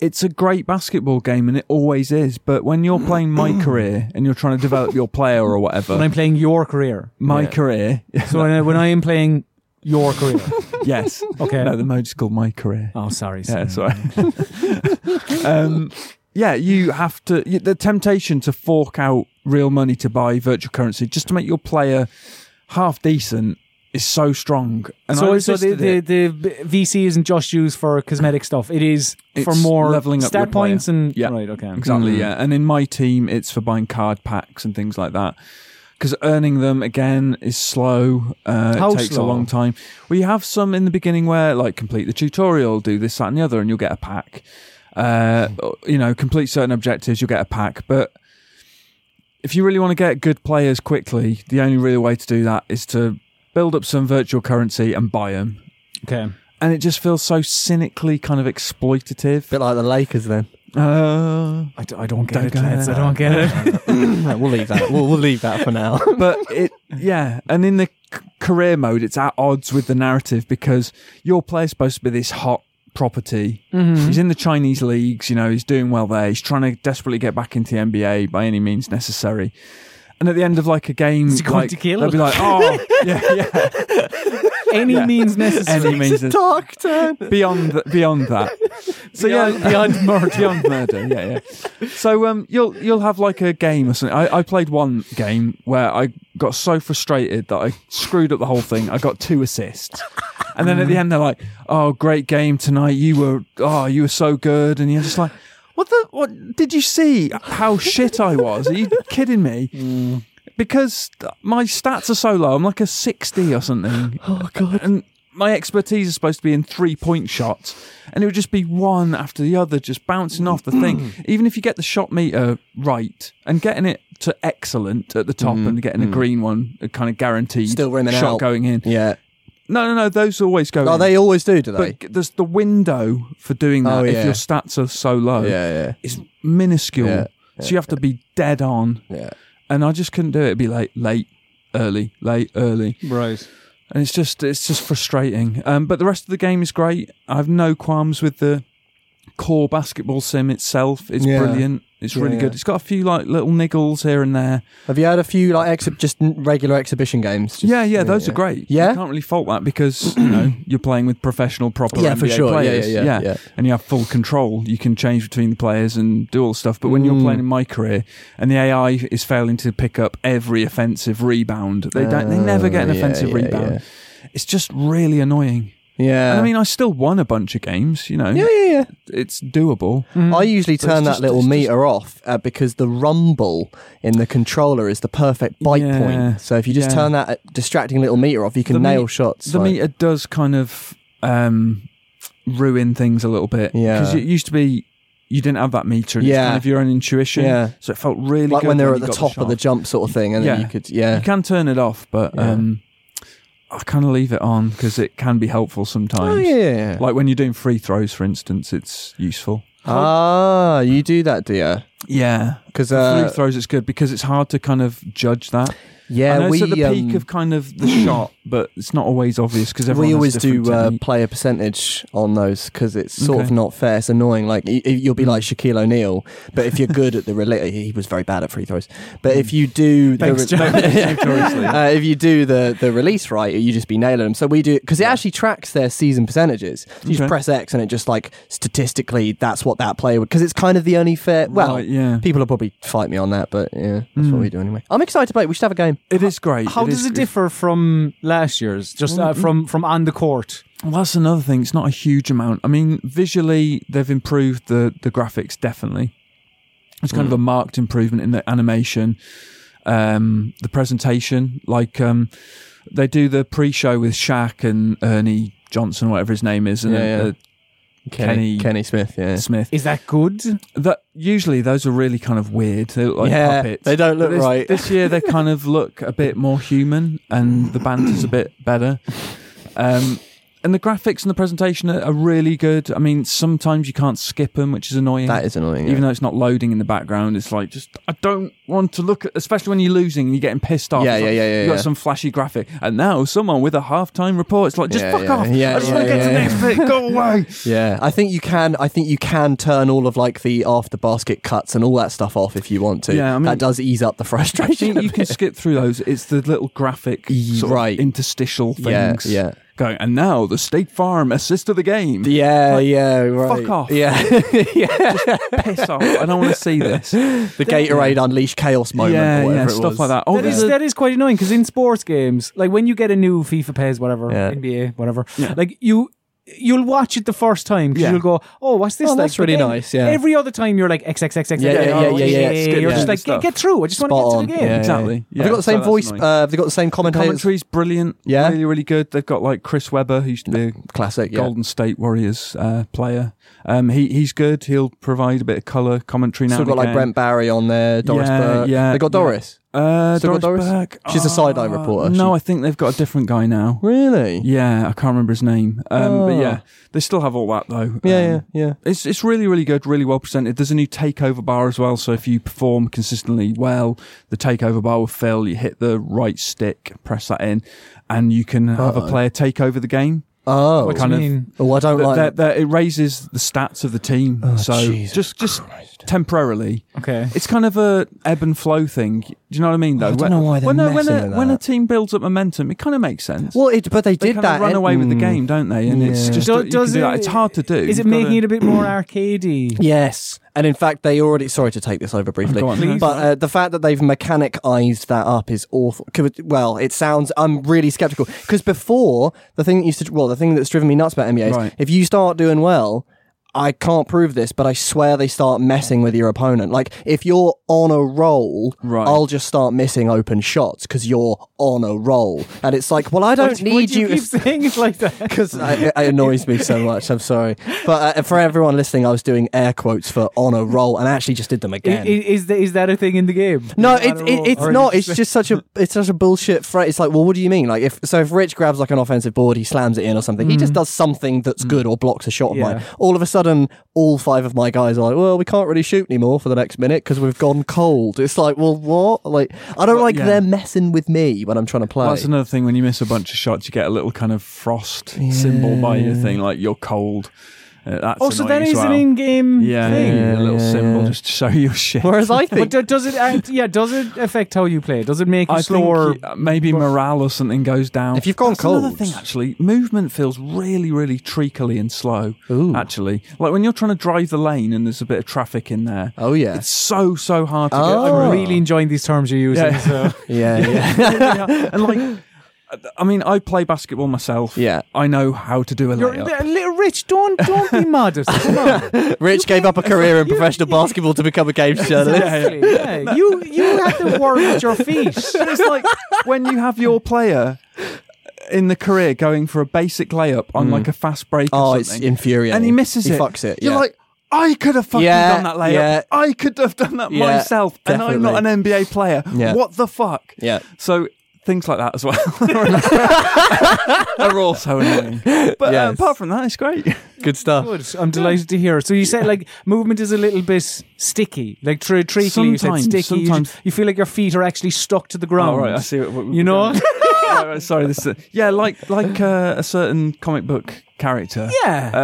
S3: it's a great basketball game, and it always is. But when you're playing my career and you're trying to develop your player or whatever,
S2: When I'm playing your career.
S3: my
S1: Yeah.
S3: career,
S2: So when I, when I am playing your career.
S3: yes,
S2: Okay.
S3: no, the mode's called my career.
S2: oh, sorry.
S3: Yeah,
S2: sorry.
S3: sorry.
S2: Mm.
S3: um, yeah, you have to. y- The temptation to fork out real money to buy virtual currency just to make your player half decent is so strong. And
S2: so,
S3: I
S2: so the,
S3: resisted
S2: the,
S3: it.
S2: the VC isn't just used for cosmetic stuff. It is for
S3: It's
S2: more
S3: leveling up your
S2: stat
S3: player.
S2: points and
S3: Yeah.
S2: right. Okay.
S3: exactly
S1: Mm.
S3: yeah. And in my team, it's for buying card packs and things like that. Because earning them again is slow. Uh,
S2: How
S3: it takes
S2: slow?
S3: a long time. We have some in the beginning where, like, complete the tutorial, do this, that, and the other, and you'll get a pack. Uh,
S2: Hmm.
S3: you know, complete certain objectives, you'll get a pack. But if you really want to get good players quickly, the only real way to do that is to build up some virtual currency and buy them.
S2: Okay.
S3: And it just feels so cynically kind of exploitative.
S1: Bit like the Lakers then.
S3: Uh,
S2: I, d- I don't get
S3: Don't
S2: it,
S3: go
S2: lads. I
S3: there.
S2: don't get it.
S1: No, we'll leave that. We'll, we'll leave that for now.
S3: but it yeah and in the c- career mode it's at odds with the narrative because your player's supposed to be this hot property
S2: Mm-hmm.
S3: he's in the chinese leagues you know he's doing well there he's trying to desperately get back into the nba by any means necessary and at the end of like a game
S2: he going
S3: like,
S2: to kill?
S3: they'll be like oh yeah yeah
S2: Any means necessary.
S3: any means
S1: It's a dark turn.
S3: beyond th- beyond that. So
S2: Beyond-
S3: yeah, beyond murder, beyond murder. Yeah, yeah. So um, you'll you'll have like a game or something. I, I played one game where I got so frustrated that I screwed up the whole thing. I got two assists, and then at
S1: Mm.
S3: the end they're like, "Oh, great game tonight. You were oh, you were so good," and you're just like. What the? What did you see? How shit I was? Are you kidding me?
S1: Mm.
S3: Because th- my stats are so low. I'm like a sixty or something
S1: Oh god.
S3: and my expertise is supposed to be in three point shots, and it would just be one after the other, just bouncing off the thing.
S1: Mm.
S3: Even if you get the shot meter right and getting it to excellent at the top and getting a green one, a kind of guaranteed
S1: Mm. Still rimming
S3: shot
S1: out.
S3: going in.
S1: Yeah.
S3: No, no, no, those always go.
S1: Oh,
S3: in.
S1: they always do, do they?
S3: But there's the window for doing that
S1: Oh,
S3: if
S1: yeah.
S3: your stats are so
S1: Oh.
S3: low.
S1: yeah,
S3: It's minuscule,
S1: Yeah,
S3: so you have to be dead on.
S1: yeah, yeah.
S3: And I just couldn't do it. It'd be late, late, early, late, early
S2: Right.
S3: and it's just it's just frustrating. Um, but the rest of the game is great. I have no qualms with the core basketball sim itself. It's
S1: Yeah.
S3: brilliant. It's
S1: Yeah,
S3: really
S1: yeah.
S3: good. It's got a few like little niggles here and there.
S1: Have you had a few like exhi- just n- regular exhibition games? Just-
S3: yeah, yeah, those are great.
S1: Yeah?
S3: you can't really fault that because you know you're playing with professional, proper
S1: Yeah,
S3: NBA
S1: for sure. Yeah,
S3: players.
S1: yeah, yeah, yeah.
S3: and you have full control. You can change between the players and do all the stuff. But when you're playing in my career and the AI is failing to pick up every offensive rebound, they don't. They never get an
S1: Oh, yeah,
S3: offensive
S1: yeah,
S3: rebound. It's just really annoying.
S1: Yeah.
S3: And I mean, I still won a bunch of games, you know.
S1: yeah, Mm. yeah, yeah.
S3: It's doable.
S1: I usually
S3: Mm-hmm. it's
S1: turn that
S3: just-
S1: little
S3: it's just-
S1: meter off uh, because the rumble in the controller is the perfect bite
S3: Yeah,
S1: point. So if you just
S3: yeah.
S1: turn that uh, distracting little meter off, you can
S3: The
S1: nail
S3: me-
S1: shots.
S3: The
S1: like-
S3: meter does kind of um, ruin things a little bit.
S1: Yeah.
S3: Because it used to be you didn't have that meter. And
S1: Yeah.
S3: It's kind of your own intuition.
S1: Yeah.
S3: So it felt really
S1: like
S3: good
S1: when they're at
S3: you
S1: the
S3: got
S1: top of the
S3: shot.
S1: jump sort of thing, and then
S3: Yeah.
S1: you could, yeah,
S3: You can turn it off, but
S1: Yeah.
S3: um, I kind of leave it on because it can be helpful sometimes.
S1: oh yeah, yeah, yeah.
S3: Like when you're doing free throws, for instance, it's useful.
S1: ah, you do that, dear,
S3: Yeah.
S1: because
S3: free
S1: uh,
S3: throws, it's good because it's hard to kind of judge that.
S1: yeah,
S3: I know
S1: we
S3: it's at the
S1: um,
S3: peak of kind of the shot, but it's not always obvious because everyone
S1: we
S3: has
S1: always do
S3: different
S1: uh,
S3: technique.
S1: player percentage on those because it's sort of
S3: Okay.
S1: not fair. It's annoying. Like y- y- you'll be like Shaquille O'Neal, but if you're good at the relay, he was very bad at free throws. But if you do the
S2: Thanks, John.
S3: Notoriously.
S1: uh, if you do the the release right, you just be nailing them. So we do because it actually tracks their season percentages. So you just
S3: Okay.
S1: press X and it just like statistically that's what that player would because it's kind of the only fair. Well,
S3: Right, yeah,
S1: people will probably fight me on that, but yeah, that's
S2: Hmm.
S1: what we do anyway. I'm excited to play. it. We should have a game.
S3: it is great.
S2: How does
S3: is Mm-hmm.
S2: it
S3: great.
S2: differ from last year's? Just uh, from from on the court.
S3: Well, that's another thing. It's not a huge amount. I mean, visually, they've improved the the graphics definitely. It's kind of a
S1: Mm.
S3: marked improvement in the animation, um, the presentation. Like um, they do the pre-show with Shaq and Ernie Johnson, whatever his name is, and
S1: Yeah, yeah.
S3: uh, Kenny-
S1: Kenny Smith, yeah.
S3: Smith.
S2: Is that good?
S3: That usually those are really kind of weird. They look like
S1: Yeah,
S3: puppets.
S1: they don't look
S3: But this,
S1: right.
S3: This year they kind of look a bit more human, and the banter's a bit better. Um, and the graphics and the presentation are, are really good. I mean, sometimes you can't skip them, which is annoying.
S1: That is annoying.
S3: Even
S1: yeah.
S3: though it's not loading in the background, it's like just I don't want to look at, especially when you're losing and you're getting pissed off.
S1: Yeah,
S3: It's
S1: yeah,
S3: like,
S1: yeah, yeah,
S3: You got
S1: yeah.
S3: some flashy graphic, and now someone with a halftime report. It's like just
S1: Yeah,
S3: fuck
S1: yeah,
S3: off.
S1: yeah,
S3: I just
S1: yeah,
S3: want to get to the
S1: yeah,
S3: next bit. Go away.
S1: yeah, I think you can. I think you can turn all of like the after basket cuts and all that stuff off if you want to.
S3: Yeah, I mean-
S1: that does ease up the
S3: I
S1: frustration.
S3: think
S1: a
S3: you
S1: bit.
S3: can skip through those. It's the little graphic,
S1: Ye-
S3: sort
S1: right.
S3: of interstitial
S1: Yeah,
S3: things.
S1: yeah.
S3: Going and now the State Farm assist of the game.
S1: Yeah, yeah, right.
S3: off.
S1: Yeah, yeah.
S3: Piss off! I don't want to see this.
S1: The Gatorade unleash chaos moment.
S3: yeah,
S1: or whatever it
S3: yeah, stuff
S1: was.
S3: like that. Oh,
S2: that is
S3: there's a-
S2: that is quite annoying because in sports games, like when you get a new FIFA PES, whatever
S1: Yeah.
S2: NBA, whatever, like you. You'll watch it the first time because
S3: Yeah.
S2: you'll go, "Oh, what's this?"
S1: Oh,
S2: like?
S1: that's
S2: But
S1: really
S2: then
S1: nice, yeah.
S2: Every other time you're like, "X X X X."
S1: Yeah,
S2: X,
S1: yeah, yeah,
S2: X,
S1: yeah, yeah,
S2: X,
S1: yeah.
S2: You're
S1: Yeah.
S2: just like,
S3: Stuff.
S2: get, "Get through! I just want
S1: Spot
S2: to
S1: on.
S2: get to the game."
S1: Yeah,
S3: Exactly.
S1: Yeah. Have they
S3: Yeah,
S1: got the same
S3: so that's
S1: voice?
S3: annoying.
S1: Uh, have they got the same commentators?
S3: Commentary's brilliant.
S1: Yeah.
S3: really, really good. They've got like Chris Webber, who's the
S1: Classic. Yeah.
S3: Golden State Warriors uh, player. Um, he he's good. He's good. He'll provide a bit of color commentary now.
S1: Still
S3: and
S1: got like
S3: again.
S1: Brent Barry on there. Doris
S3: Yeah,
S1: Burke.
S3: yeah,
S1: They got
S3: yeah.
S1: Doris.
S3: Uh,
S1: Still got
S3: Doris,
S1: Doris?
S3: Burke.
S1: She's a sideline
S3: Ah,
S1: reporter.
S3: No,
S1: She-
S3: I think they've got a different guy now.
S1: Really?
S3: Yeah, I can't remember his name. Um, But
S1: Oh.
S3: yeah, they still have all that though. Um,
S1: Yeah, yeah, yeah.
S3: It's it's really really good, really well presented. There's a new takeover bar as well, so if you perform consistently well, the takeover bar will fill. You hit the right stick, press that in, and you can have a
S1: Uh-oh.
S3: player take over the game.
S1: Oh,
S2: What do you
S3: Kind of-
S2: mean?
S1: oh, I don't
S3: That,
S1: like. Oh,
S3: that, that- it raises the stats of the team, so
S1: Jesus
S3: just just temporarily.
S2: Okay.
S3: It's kind of a ebb and flow thing. Do you know what I mean? Though,
S1: I don't know why they're
S3: when, a- when,
S1: messing
S3: a,
S1: with
S3: when a
S1: that.
S3: team builds up momentum, it kind of makes sense.
S1: well, it, but they,
S3: they
S1: did
S3: kind
S1: that.
S3: of run
S1: and-
S3: away with the
S1: Mm.
S3: game, don't they? And it's
S1: Yeah.
S3: just
S2: Do-
S3: you can do that. It's hard to do.
S2: Is it
S3: You've
S2: making
S3: gotta-
S2: it a bit more arcadey?
S1: Yes, and in fact, they already. Sorry to take this over briefly,
S3: Go on.
S2: Please.
S1: but uh, the fact that they've mechanicized that up is awful. 'Cause it- Well, it sounds. I'm really skeptical because before the thing that used to. Well, the thing that's driven me nuts about NBA is
S3: Right.
S1: if you start doing well. I can't prove this, but I swear they start messing with your opponent. Like if you're on a roll,
S3: Right.
S1: I'll just start missing open shots because you're on a roll, and it's like, well, I don't
S2: Why do- why
S1: need
S2: do you.
S1: to
S2: keep saying it like that.
S1: because it it annoys me so much. I'm sorry, but uh, for everyone listening, I was doing air quotes for on a roll, and I actually just did them
S2: I-
S1: again.
S2: i- Is, that- is that a thing in the game?
S1: no,
S2: Is that
S1: it, it,
S2: a rule?
S1: it's
S2: Or is
S1: not.
S2: it
S1: It's just such a it's such a bullshit phrase. It's like, well, what do you mean? Like, if so, if Rich grabs like an offensive board, he slams it in or something. He just does something that's good or blocks a shot of
S2: Yeah.
S1: mine. All of a sudden, all five of my guys are like, well, we can't really shoot anymore for the next minute because we've gone cold. It's like, well, what? Like, I don't like
S3: yeah.
S1: they're messing with me when I'm trying to play.
S3: Well, that's another thing. When you miss a bunch of shots, you get a little kind of frost symbol by your thing, like you're cold. Uh, that's
S2: Oh, so
S3: annoying
S2: that
S3: as
S2: is
S3: well.
S2: an in-game
S3: yeah, yeah,
S2: thing.
S3: yeah, a little
S1: Yeah,
S3: symbol
S1: yeah.
S3: just to show you shit.
S1: Whereas I
S2: But
S1: think
S2: do- does it? Act, yeah, does it affect how you play? Does it make you
S3: I
S2: slower?
S3: think uh, maybe morale or something goes down.
S1: If you've gone
S3: That's another
S1: cold.
S3: thing actually, movement feels really, really treacly and slow.
S1: Ooh.
S3: Actually, like when you're trying to drive the lane and there's a bit of traffic in there.
S1: Oh, yeah.
S3: it's so so hard to get
S1: Oh.
S3: through.
S2: I'm really enjoying these terms you're using.
S3: Yeah.
S2: So.
S1: yeah, yeah.
S3: Yeah, and like, I mean, I play basketball myself.
S1: Yeah.
S3: I know how to do a
S2: You're,
S3: layup.
S2: little Rich, don't don't be modest. Come on.
S1: Rich gave up a career in professional basketball to become a games journalist.
S2: Exactly, yeah. You you have to work with your feet.
S3: But it's like when you have your player in the career going for a basic layup on like a fast break or
S1: Hmm. Oh,
S3: something,
S1: it's infuriating.
S3: and he misses
S1: He
S3: it.
S1: fucks it.
S3: You're
S1: yeah.
S3: like, I could have fucking
S1: Yeah,
S3: done that layup.
S1: yeah.
S3: I could have done that
S1: Yeah,
S3: myself, and I'm not an NBA player.
S1: Yeah.
S3: What the fuck?
S1: Yeah.
S3: So things like that as well are also annoying. But uh,
S1: Yes.
S3: apart from that, it's great.
S1: good stuff.
S2: Good. I'm delighted to hear. it. So you said like movement is a little bit sticky, like tre- treacly. you said
S3: Sometimes,
S2: sticky. You,
S3: sometimes.
S2: just- you feel like your feet are actually stuck to the ground.
S3: All right, I see. What, what-
S2: You know?
S3: Right, right, Uh, sorry, this. Is, yeah, like like uh, a certain comic book character.
S2: Yeah.
S3: Uh,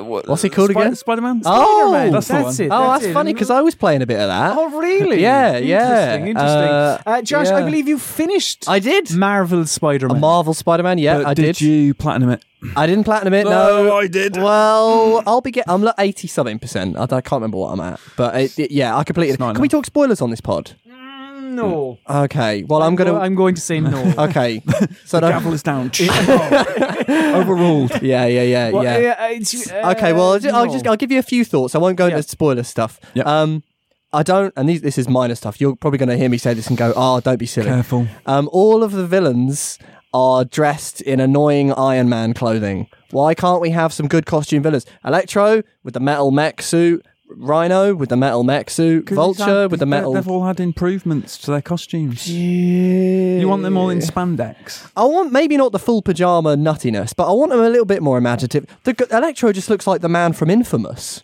S3: uh, what,
S1: What's he called again?
S3: Spider Man.
S1: Oh,
S3: that's the
S2: that's
S3: one.
S2: it.
S1: oh, that's
S2: it.
S1: funny because I was playing a bit of that.
S2: Oh, really?
S1: Yeah, yeah.
S2: Interesting, interesting. Uh,
S1: Uh,
S2: Josh, I
S1: yeah.
S2: believe you finished
S1: I did.
S2: Marvel Spider
S1: A
S2: Man.
S1: Marvel Spider-Man. Yeah, I did.
S3: Uh, you platinum it?
S1: I didn't platinum it. No,
S3: I did.
S1: Well, I'll be get. I'm like eighty something percent. I, I can't remember what I'm at, but it, it- yeah, I completed.
S3: not
S1: Can we
S3: enough.
S1: talk spoilers on this pod?
S2: No.
S1: Okay. Well, I'm gonna.
S2: Well, I'm going to say no.
S1: okay. So don't.
S3: Gavel is down. Overruled.
S1: Yeah, yeah, yeah,
S2: Well,
S1: yeah.
S2: uh, it's- uh,
S1: okay well I'll ju- i'll
S2: no.
S1: just i'll give you a few thoughts i won't go into
S2: Yeah.
S1: spoiler stuff
S3: Yep.
S1: um i don't and these, this is minor stuff you're probably going to hear me say this and go oh don't be silly
S3: Careful.
S1: um all of the villains are dressed in annoying iron man clothing why can't we have some good costume villains electro with the metal mech suit rhino with the metal mech suit vulture with the metal
S3: They've all had improvements to their costumes. You want them all in spandex.
S1: I want maybe not the full pajama nuttiness, but I want them a little bit more imaginative. The g- Electro just looks like the man from Infamous.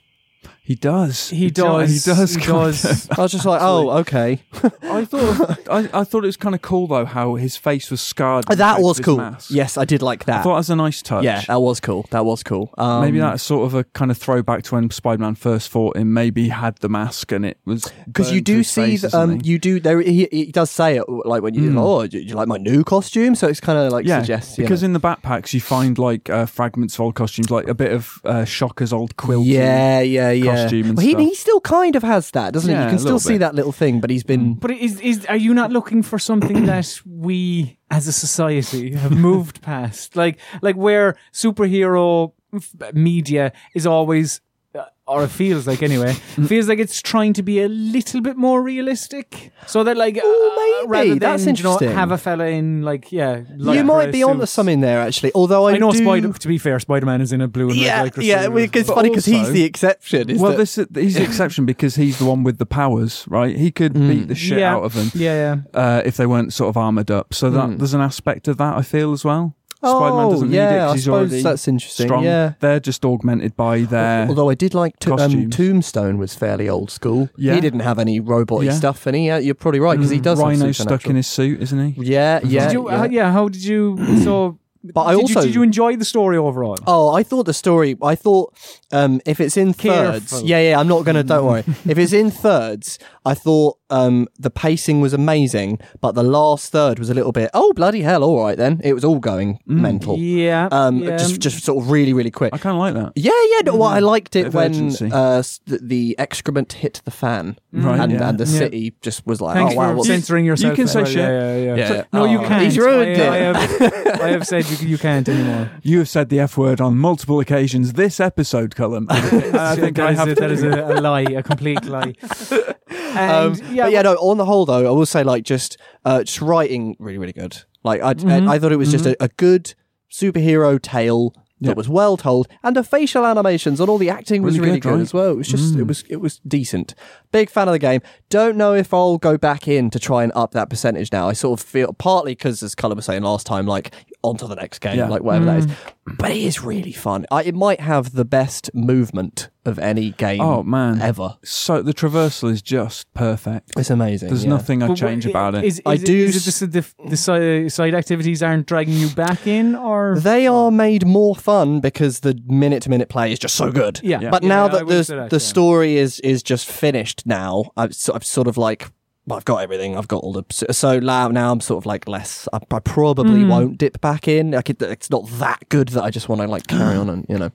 S3: He does.
S2: He does.
S3: He does.
S2: He
S3: kind
S2: does.
S3: of.
S1: I was just like, oh, okay.
S3: I thought. I, I thought it was kind of cool though how his face was scarred.
S1: Oh, That
S3: because
S1: was
S3: of his
S1: cool.
S3: mask.
S1: Yes, I did like
S3: I
S1: that.
S3: thought it was a nice touch.
S1: yeah, that was cool. That was cool. Um,
S3: Maybe that's sort of a kind of throwback to when Spider-Man first fought him. Maybe he had the mask and it was
S1: because you
S3: burned to
S1: do
S3: his
S1: see
S3: face,
S1: that
S3: isn't
S1: um,
S3: he?
S1: you do there. He, he does say it like when you oh, do you like my new costume? So it's kind of like
S3: yeah,
S1: suggests you
S3: because
S1: know.
S3: in the backpacks you find like uh, fragments of old costumes, like a bit of uh, Shocker's old quilt.
S1: yeah, yeah, yeah.
S3: costume and
S1: Well, he,
S3: stuff.
S1: he still kind of has that, doesn't he?
S3: Yeah,
S1: You
S3: a
S1: can still
S3: little
S1: see
S3: bit. Mm.
S1: that little thing, but he's been.
S2: But is is are you not looking for something that we as a society have moved past? Like like where superhero f- media is always uh, or it feels like anyway
S1: Mm.
S2: feels like it's trying to be a little bit more realistic so that like
S1: Ooh,
S2: uh,
S1: maybe.
S2: rather than
S1: That's
S2: you know,
S1: interesting.
S2: have a fella in like yeah
S1: you
S2: lycra
S1: might be onto
S2: suits.
S1: something there, actually. Although I,
S2: I know
S1: do...
S2: Spider to be fair Spider-Man is in a blue and
S1: Yeah,
S2: red lycra
S1: yeah.
S2: suit
S1: well, It's
S2: as well.
S1: funny because he's
S3: also-
S1: the exception. Is
S3: Well,
S1: that-
S3: this he's the exception because he's the one with the powers, right? He could
S1: Mm.
S3: beat the shit
S2: yeah.
S3: out of them
S2: yeah yeah
S3: uh, if they weren't sort of armored up. So that
S1: Mm.
S3: there's an aspect of that I feel as well. Spider-Man
S1: Oh,
S3: doesn't need it
S1: yeah,
S3: 'cause
S1: I
S3: he's
S1: suppose
S3: already
S1: that's interesting,
S3: strong.
S1: yeah.
S3: They're just augmented by their.
S1: Although I did like to, um,
S3: costumes.
S1: Tombstone was fairly old school.
S3: Yeah.
S1: He didn't have any robot
S3: Yeah.
S1: stuff, and he uh, you're probably right
S2: Mm,
S1: because he does. have
S3: Rhino stuck in his suit, isn't
S1: supernatural-
S3: he?
S1: Yeah, yeah,
S2: did you,
S1: yeah.
S2: How, yeah how did you so
S1: But I
S2: did
S1: also-
S2: you, did you enjoy the story overall
S1: Oh, I thought the story. I thought um, if it's in thirds,
S2: Careful.
S1: yeah, yeah. I'm not gonna. Don't worry. if it's in thirds, I thought um, the pacing was amazing, but the last third was a little bit. Oh bloody hell! All right then, it was all going mental.
S2: Mm, Yeah.
S1: Um,
S2: yeah.
S1: just just sort of really really quick.
S3: I kind of like that.
S1: Yeah, yeah. No, well, I liked it
S3: Bit of
S1: when
S3: urgency.
S1: uh, s- the, the excrement hit the fan,
S3: Mm. Right,
S1: Mm. and,
S3: yeah.
S1: and the
S2: Yeah.
S1: city just was like,
S2: Thanks
S1: "Oh wow,
S2: for
S1: what's
S2: censoring yourself.
S3: can
S2: there.
S3: say
S2: Well,
S3: shit.
S2: Yeah, yeah, yeah.
S1: Yeah.
S2: No, you
S1: Oh,
S2: can't.
S1: he's ruined
S2: I,
S1: it.
S2: I have, I have said you, you can't anymore.
S3: You have said the F word on multiple occasions this episode, Cullen. I think
S2: That
S3: I
S2: is
S3: have
S2: a,
S3: to.
S2: that is a, a lie, a complete lie. And,
S1: Um,
S2: yeah,
S1: but yeah, no. On the whole, though, I will say like just uh, just writing really, really good. Like I,
S3: Mm-hmm.
S1: I, I thought it was just a, a good superhero tale that was well told, and the facial animations and all the acting was
S3: Really
S1: really
S3: good,
S1: good,
S3: right? Mm.
S1: as well. It was just it was it was decent. Big fan of the game. Don't know if I'll go back in to try and up that percentage now. I sort of feel partly because as Cullen was saying last time, like onto the next game,
S3: Yeah. Mm.
S1: like whatever that is. But it is really fun. I, it might have the best movement of any game.
S3: Oh, man.
S1: ever.
S3: So the traversal is just perfect.
S1: It's amazing.
S3: There's
S1: yeah.
S3: nothing I'd
S2: But
S3: change
S2: what-
S3: about it.
S2: Is, is
S1: I
S2: it-
S1: do
S2: Is it
S1: s-
S2: just that the, the side, side activities aren't dragging you back in, or
S1: They are made more fun because the minute to minute play is just so good.
S2: Yeah. Yeah.
S1: But
S2: Yeah,
S1: now
S2: I
S1: that
S2: would
S1: the
S2: say that,
S1: the
S2: yeah.
S1: story is is just finished now, I've, so, I've sort of like well, I've got everything. I've got all the so- so now now I'm sort of like less. I, I probably
S2: Mm.
S1: won't dip back in. Like it, it's not that good that I just want to like carry on and you know.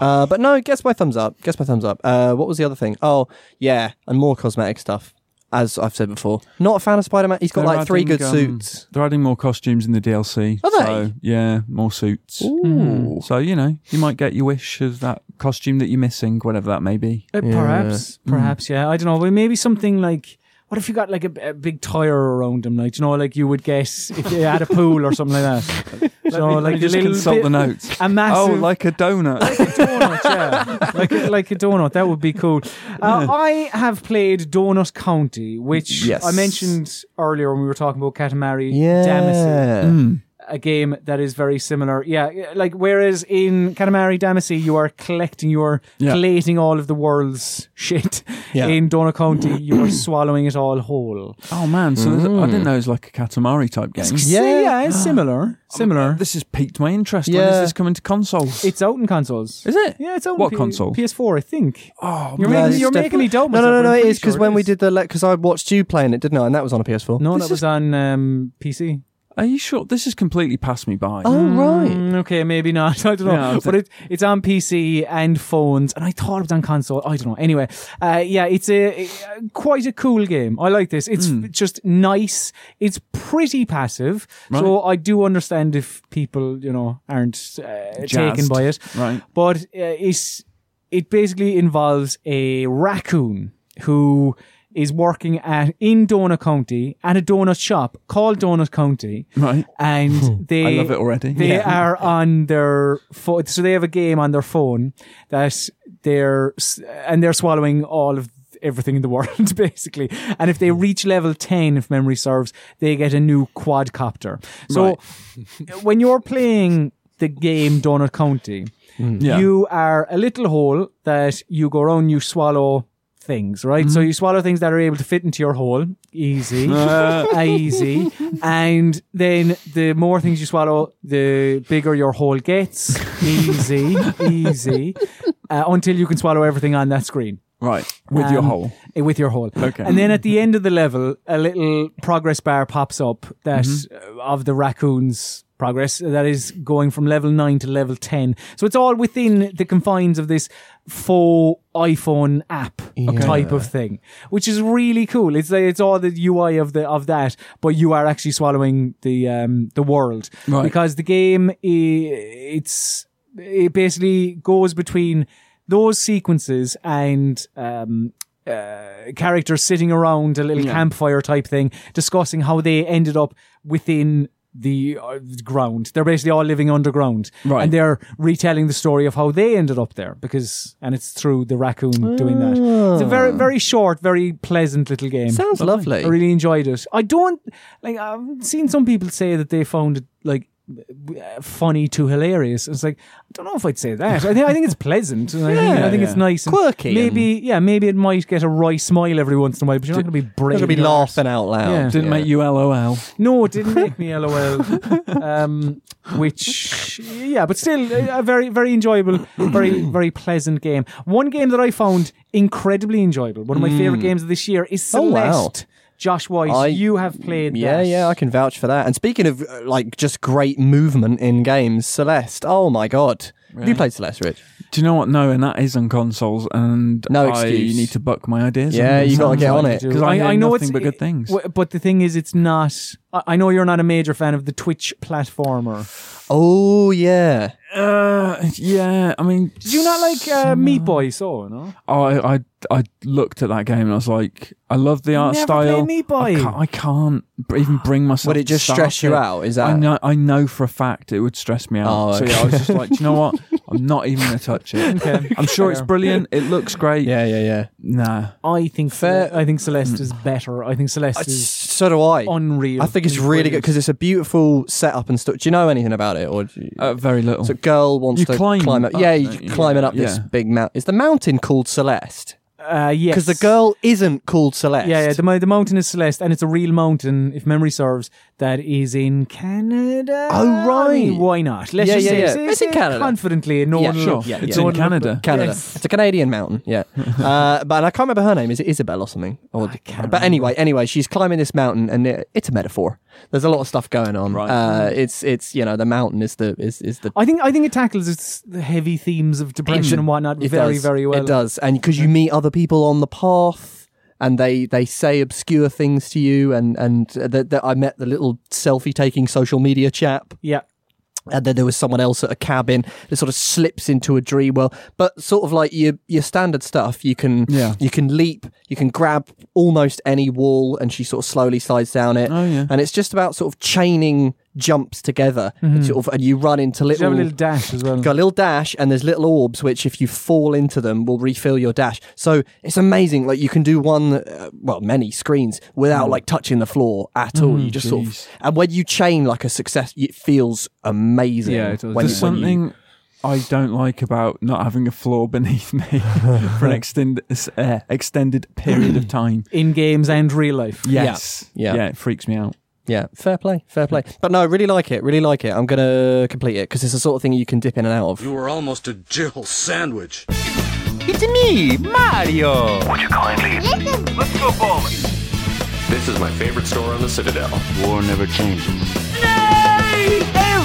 S1: Uh, but no, guess my thumbs up. Guess my thumbs up. Uh, what was the other thing? Oh yeah, and more cosmetic stuff. As I've said before, not a fan of Spider Man. He's got
S3: They're
S1: like three
S3: adding,
S1: good
S3: um,
S1: suits.
S3: They're adding more costumes in the DLC.
S1: Are they?
S3: So, yeah, more suits.
S2: Hmm.
S1: Ooh.
S3: So, you know, you might get your wish of that costume that you're missing, whatever that may be.
S2: Uh, Perhaps,
S3: Mm.
S2: perhaps, yeah. I don't know. But maybe something like what if you got like a, a big tire around them, like you know, like you would guess if you had a pool or something like that. so
S3: Let
S2: like
S3: me
S2: a
S3: Oh, just
S2: little
S3: consult
S2: bit-
S3: the notes.
S2: A massive,
S3: Oh, like a donut.
S2: donut, yeah. like a, like a donut. That would be cool. Uh, I have played Donut County, which
S1: Yes.
S2: I mentioned earlier when we were talking about Katamari
S1: Yeah.
S2: Damacy a game that is very similar. Yeah, like whereas in Katamari Damacy you are collecting, you are
S3: Yeah.
S2: collating all of the world's shit.
S1: Yeah.
S2: In Donut County you are swallowing it all whole.
S3: oh, man. So there's- I didn't know it was like a Katamari type game.
S1: Yeah.
S2: So, yeah, it's similar, similar.
S3: This has piqued my interest. When is
S1: Yeah.
S3: this coming to consoles?
S2: It's out in consoles.
S3: is it?
S2: Yeah, it's out.
S3: What
S2: in P-
S3: console?
S2: PS4, I think.
S3: Oh,
S2: You're
S1: No,
S2: making,
S1: it's
S2: you're making
S1: definitely-
S2: me doubt
S1: No,
S2: myself.
S1: no, no, no.
S2: I'm
S1: It
S2: pretty
S1: is because
S2: sure
S1: when we
S2: is.
S1: did the because I watched you playing it, didn't I? And that was on a PS4.
S2: No,
S1: This
S2: that
S1: is-
S2: was on um, PC.
S3: Are you sure? This has completely passed me by.
S1: Oh right.
S2: Mm, okay, maybe not. I don't know.
S3: Yeah, I was
S2: but it, it's on PC and phones, and I thought it was on console. I don't know. Anyway, uh, yeah, it's a, a- quite a cool game. I like this. It's
S3: Hmm.
S2: f- just nice. It's pretty passive, so I do understand if people, you know, aren't uh, taken
S3: Jazzed.
S2: by it.
S3: Right.
S2: But uh, it's it basically involves a raccoon who is working at in Donut County at a donut shop called Donut County
S3: Right.
S2: and they
S3: Hmm. I love it already.
S2: They
S3: Yeah.
S2: are on their phone, so they have a game on their phone that they're s- and they're swallowing all of everything in the world basically. And if they reach level ten, if memory serves, they get a new quadcopter. So when you're playing the game Donut County,
S3: Yeah.
S2: you are a little hole that you go around, you swallow things, right? So you swallow things that are able to fit into your hole. Easy. easy. And then the more things you swallow, the bigger your hole gets. Easy. easy. Uh, until you can swallow everything on that screen.
S3: right. With your
S2: Um,
S3: hole.
S2: eh, With your hole.
S3: Okay.
S2: And then at the end of the level, a little progress bar pops up that
S3: Mm-hmm.
S2: uh, of the raccoon's progress uh, that is going from level 9 to level 10. So it's all within the confines of this faux iPhone app type of thing, which is really cool. It's like, it's all the UI of the of that, but you are actually swallowing the um the world
S3: Right.
S2: because the game i- it's it basically goes between those sequences and um uh, characters sitting around a little campfire type thing, discussing how they ended up within the uh, ground. They're basically all living underground,
S3: Right.
S2: and they're retelling the story of how they ended up there because, and it's through the raccoon doing that. It's a very, very short, very pleasant little game.
S1: Sounds lovely.
S2: I really enjoyed it. I don't like. I've seen some people say that they found it like uh, funny to hilarious. It's like I don't know if I'd say that. I think I think it's pleasant. and I think, I think it's
S3: yeah.
S2: nice, and
S1: Quirky
S2: Maybe yeah, maybe it might get a wry smile every once in a while, but you're not going to be brave.
S1: You're gonna be laughing out loud.
S2: Yeah.
S3: Didn't make you LOL.
S2: No, it didn't make me LOL. um, which yeah, but still a a very very enjoyable, very very pleasant game. One game that I found incredibly enjoyable. One of my favorite games of this year is
S1: Hmm. Oh, wow.
S2: Celeste. Josh Wise,
S1: I-
S2: you have played
S1: Yeah,
S2: that.
S1: yeah, I can vouch for that. And speaking of uh, like just great movement in games, Celeste. Oh my god, Have you played Celeste, Rich?
S3: Do you know what? No, and that is on consoles, and
S1: No
S3: I
S1: excuse.
S3: need to buck my ideas.
S1: Yeah, you gotta
S3: to
S1: get on it.
S2: do.
S3: because I, hear nothing but good
S2: it-
S3: things.
S2: w- but the thing is, it's not. I I know you're not a major fan of the Twitch platformer.
S1: Oh yeah,
S3: Uh, yeah, I mean,
S2: Do you not like
S1: Hmm.
S2: uh, Meat Boy So? No,
S3: I, I I looked at that game and I was like, I love the art
S2: Never play
S3: style.
S2: Meat
S3: I
S2: Boy.
S3: can't, I can't b- even bring myself.
S1: would it
S3: to
S1: just
S3: start
S1: stress
S3: it.
S1: you out? Is that?
S3: I know, I know for a fact it would stress me out.
S1: Oh,
S3: So yeah, I was just like, do you know what? I'm not even gonna touch it.
S2: Okay.
S3: I'm sure it's
S2: Fair.
S3: brilliant. It looks great.
S1: Yeah, yeah, yeah.
S3: Nah.
S2: I think
S1: Fair-
S2: I think Celeste is better. I think Celeste
S1: S-
S2: is
S1: So do I.
S2: unreal.
S1: I think it's really good because it's a beautiful setup and stuff. Do you know anything about it? Or do you-
S3: Uh, very little.
S1: so, a girl wants
S3: you
S1: to
S3: climb
S1: climb up.
S3: up,
S1: yeah,
S3: don't
S1: you're
S3: you?
S1: climbing up this
S3: Yeah.
S1: big mountain. Is the mountain called Celeste?
S2: uh, yes,
S1: Because the girl isn't called Celeste.
S2: Yeah, yeah. The, mo- the mountain is Celeste, and it's a real mountain, if memory serves, that is in Canada.
S1: Oh,
S2: I mean,
S1: right.
S2: why not? Let's
S1: Yeah,
S2: just
S1: yeah,
S2: say,
S1: yeah.
S2: say-
S1: It's in
S2: say
S1: Canada.
S2: Confidently, and no
S1: Yeah,
S2: one will-
S3: sure.
S1: Yeah,
S3: it's
S1: yeah.
S3: in Canada.
S1: Canada.
S2: Yes.
S1: It's a Canadian mountain, yeah. uh, but and I can't remember her name. Is it Isabel or something? Or,
S2: can't
S1: but anyway, anyway, she's climbing this mountain, and it, it's a metaphor. There's a lot of stuff going on.
S3: Right.
S1: Uh, it's it's you know the mountain is the is is the
S2: I think I think it tackles its the heavy themes of depression and whatnot
S1: it
S2: Oh, very
S1: does.
S2: very well.
S1: It does, and because you meet other people on the path, and they they say obscure things to you, and and uh, that that I met the little selfie taking social media chap.
S2: Yeah.
S1: and then there was someone else at a cabin that sort of slips into a dream world. But sort of like your your standard stuff, you can
S3: Yeah.
S1: you can leap, you can grab almost any wall, and she sort of slowly slides down it.
S3: Oh, yeah.
S1: And it's just about sort of chaining jumps together, and sort of, and you run into
S2: Mm-hmm. Did you
S1: little.
S2: have a little dash as well?
S1: Got a little dash, and there's little orbs which, if you fall into them, will refill your dash. So it's amazing. Like you can do one, uh, well, many screens
S2: Hmm.
S1: without like touching the floor at all. you just sort
S3: jeez.
S1: of, and when you chain like a success, it feels amazing.
S2: Yeah, it does.
S1: when
S3: There's
S1: you- when you-
S3: something I don't like about not having a floor beneath me for an extend, uh, extended period of time.
S2: in games and real life.
S3: Yes.
S1: Yeah.
S3: Yeah, it freaks me out.
S1: yeah, fair play, fair play. But no, I really like it, really like it. I'm gonna complete it because it's the sort of thing you can dip in and out of.
S4: You were almost a Jill sandwich.
S5: It's me, Mario.
S6: Would you kindly? Let's go bowling.
S7: This is my favorite store on the Citadel.
S6: War never changes.
S5: No!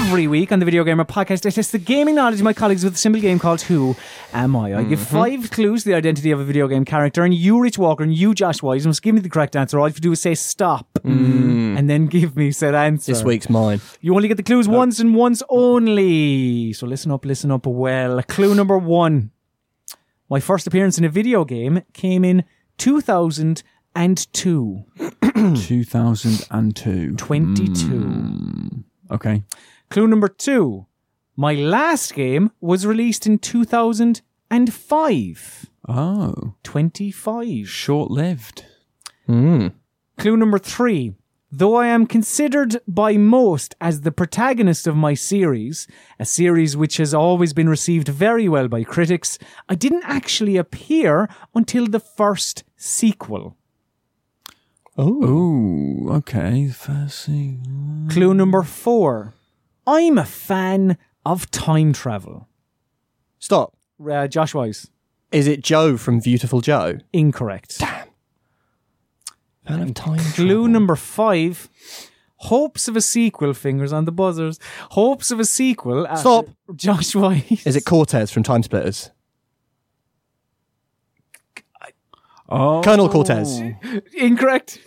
S2: every week on the Video Gamer Podcast, I test the gaming knowledge of my colleagues with a simple game called Who Am I? I give five clues to the identity of a video game character, and you, Rich Walker, and you, Josh Wise, must give me the correct answer. All you have to do is say stop, and then give me said answer.
S1: This week's mine.
S2: You only get the clues once and once only. So listen up, listen up well. Clue number one. My first appearance in a video game came in 2002.
S1: Hmm.
S3: 2002.
S2: 22.
S3: Okay.
S2: Clue number two. My last game was released in 2005.
S3: Oh,
S2: 25.
S3: short lived.
S2: Clue number three. Though I am considered by most as the protagonist of my series, a series which has always been received very well by critics, I didn't actually appear until the first sequel.
S3: Ooh, okay. First thing.
S2: Clue number four. I'm a fan of time travel.
S1: Stop.
S2: Uh, Josh Wise,
S1: Is it Joe from Beautiful Joe?
S2: incorrect.
S1: Fan of time.
S2: Clue number five. Hopes of a sequel, fingers on the buzzers. Hopes of a sequel. after-
S1: Stop.
S2: Josh Wise.
S1: Is it Cortez from Time Splitters?
S3: Oh,
S1: Colonel Cortez.
S2: incorrect?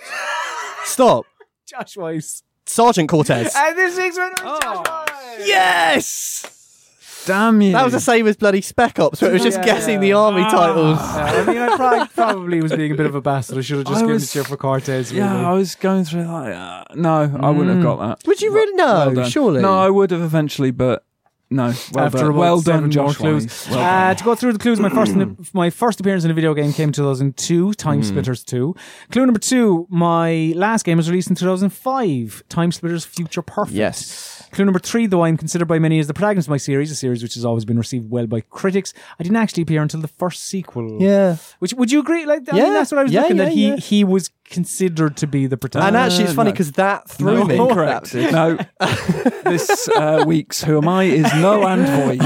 S1: Stop.
S2: Josh Weiss. Oh.
S1: Sergeant Cortez.
S2: And this week's winner is Josh Weiss.
S1: yes.
S3: damn you!
S1: That was the same as bloody Spec Ops, where it was just
S2: Yeah.
S1: guessing the army
S3: Ah.
S1: titles.
S2: I mean, I probably, probably was being a bit of a bastard. I should have
S3: I
S2: just given
S3: was-
S2: it to you for Cortez. Really.
S3: Yeah, I was going through like, uh, no, I wouldn't have got that.
S1: Would you Hmm. really know?
S3: Well done.
S1: surely.
S3: No, I would have eventually, but no. Well
S2: After
S3: done.
S2: about
S3: well
S2: seven
S3: done, Josh.
S2: more clues.
S3: Wise.
S1: Ah,
S3: Well done.
S2: uh, to go through the clues, my first my first appearance in a video game came in 2002, Time
S3: Hmm.
S2: Splitters 2. Clue number two, my last game was released in 2005, Time Splitters Future Perfect.
S1: Yes.
S2: Clue number three, though I am considered by many as the protagonist of my series, a series which has always been received well by critics, I didn't actually appear until the first sequel.
S1: Yeah.
S2: Which would you agree? Like, I mean,
S1: Yeah,
S2: that's what I was
S1: yeah,
S2: looking
S1: yeah,
S2: at. He
S1: yeah.
S2: he was considered to be the
S1: And
S2: protagonist.
S1: actually, it's funny because that threw me.
S3: Uh, no, correct. no. this uh, week's Who Am I is no and void.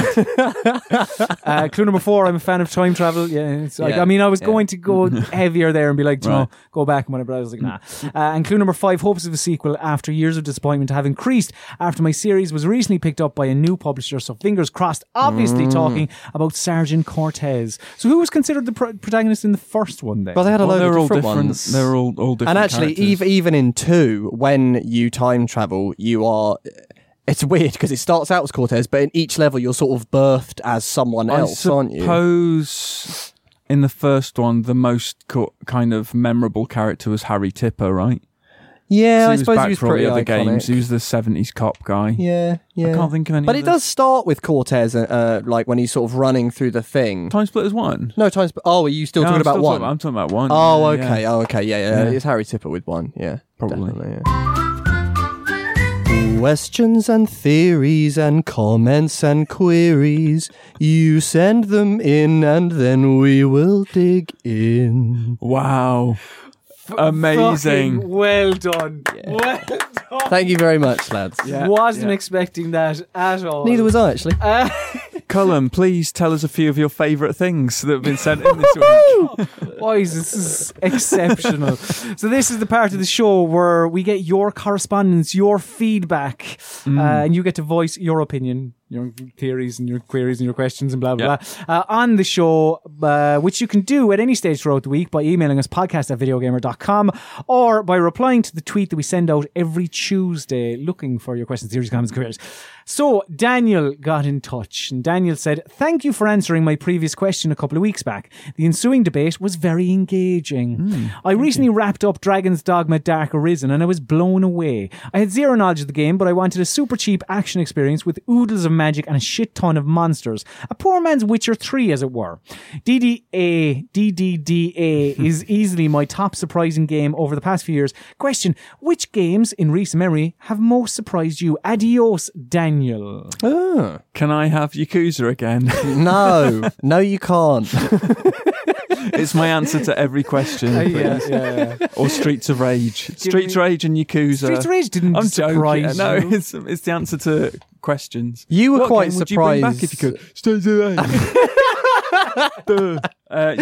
S2: uh, clue number four: I'm a fan of time travel. Yeah, it's like,
S1: Yeah,
S2: I mean, I was
S1: yeah.
S2: going to go heavier there and be like, "Do you
S3: Right.
S2: know, go back and whatever. I was like, nah.
S1: Mm.
S2: Uh, and clue number five: hopes of a sequel after years of disappointment have increased after my series was recently picked up by a new publisher. So fingers crossed. Obviously,
S1: Mm.
S2: talking about Sergeant Cortez. So who was considered the pro- protagonist in the first one? Then
S1: But they had a
S3: Well,
S1: load
S3: they're
S1: of
S3: all
S1: different,
S3: different.
S1: ones.
S3: They're all all different.
S1: and actually,
S3: characters.
S1: ev- even in two, when you time travel, you are. It's weird because it starts out as Cortez, but in each level, you're sort of birthed as someone
S3: I
S1: else, aren't you?
S3: suppose in the first one, the most co- kind of memorable character was Harry Tipper, right?
S1: Yeah, I
S3: he was
S1: suppose
S3: back
S1: he was
S3: for all
S1: pretty
S3: the other
S1: iconic.
S3: games. He was the seventies cop guy.
S1: Yeah, yeah.
S3: can't think of any
S1: But
S3: of
S1: it
S3: the-
S1: does start with Cortez, uh, uh, like when he's sort of running through the thing.
S3: Time Splitters one.
S1: No times. Oh, are you still
S3: No,
S1: talking
S3: I'm
S1: about
S3: still
S1: one?
S3: I'm talking about one.
S1: oh,
S3: Yeah, yeah.
S1: okay. Oh, okay. Yeah, yeah,
S3: Yeah.
S1: It's Harry Tipper with one. Yeah,
S3: Probably.
S1: definitely, yeah. Questions and theories and comments and queries. You send them in and then we will dig in.
S3: Wow. Amazing.
S2: well done. Well done.
S1: Thank you very much, lads.
S2: Wasn't expecting that at all.
S1: Neither was I, actually.
S3: Cullen, please tell us a few of your favourite things that have been sent in this week.
S2: Boys, this is exceptional. So this is the part of the show where we get your correspondence, your feedback, uh, and you get to voice your opinion, your theories, and your queries and your questions and blah blah blah uh, on the show, uh, which you can do at any stage throughout the week by emailing us podcast at videogamer.com or by replying to the tweet that we send out every Tuesday, looking for your questions, theories, comments, queries. So Daniel got in touch, and Daniel said, "Thank you for answering my previous question a couple of weeks back. The ensuing debate was very engaging.
S3: Hmm,
S2: I recently wrapped up Dragon's Dogma: Dark Arisen, and I was blown away. I had zero knowledge of the game, but I wanted a super cheap action experience with oodles of magic and a shit ton of monsters. A poor man's Witcher 3, as it were. DDA DDDA is easily my top surprising game over the past few years. Question: Which games in recent memory have most surprised you? Adios, Daniel."
S3: Uh, Can I have Yakuza again?
S1: no, no, you can't.
S3: it's my answer to every question.
S2: Yeah,
S3: please.
S2: yeah, yeah.
S3: Or Streets of Rage. Streets
S2: me-
S3: of Rage and Yakuza.
S2: Streets of Rage didn't
S3: I'm
S2: surprise
S3: joking. No,
S2: you.
S3: it's it's the answer to questions.
S1: You were
S3: what
S1: quite
S3: game Would you bring back
S1: surprised-
S3: if you could? Streets of Rage. Uh,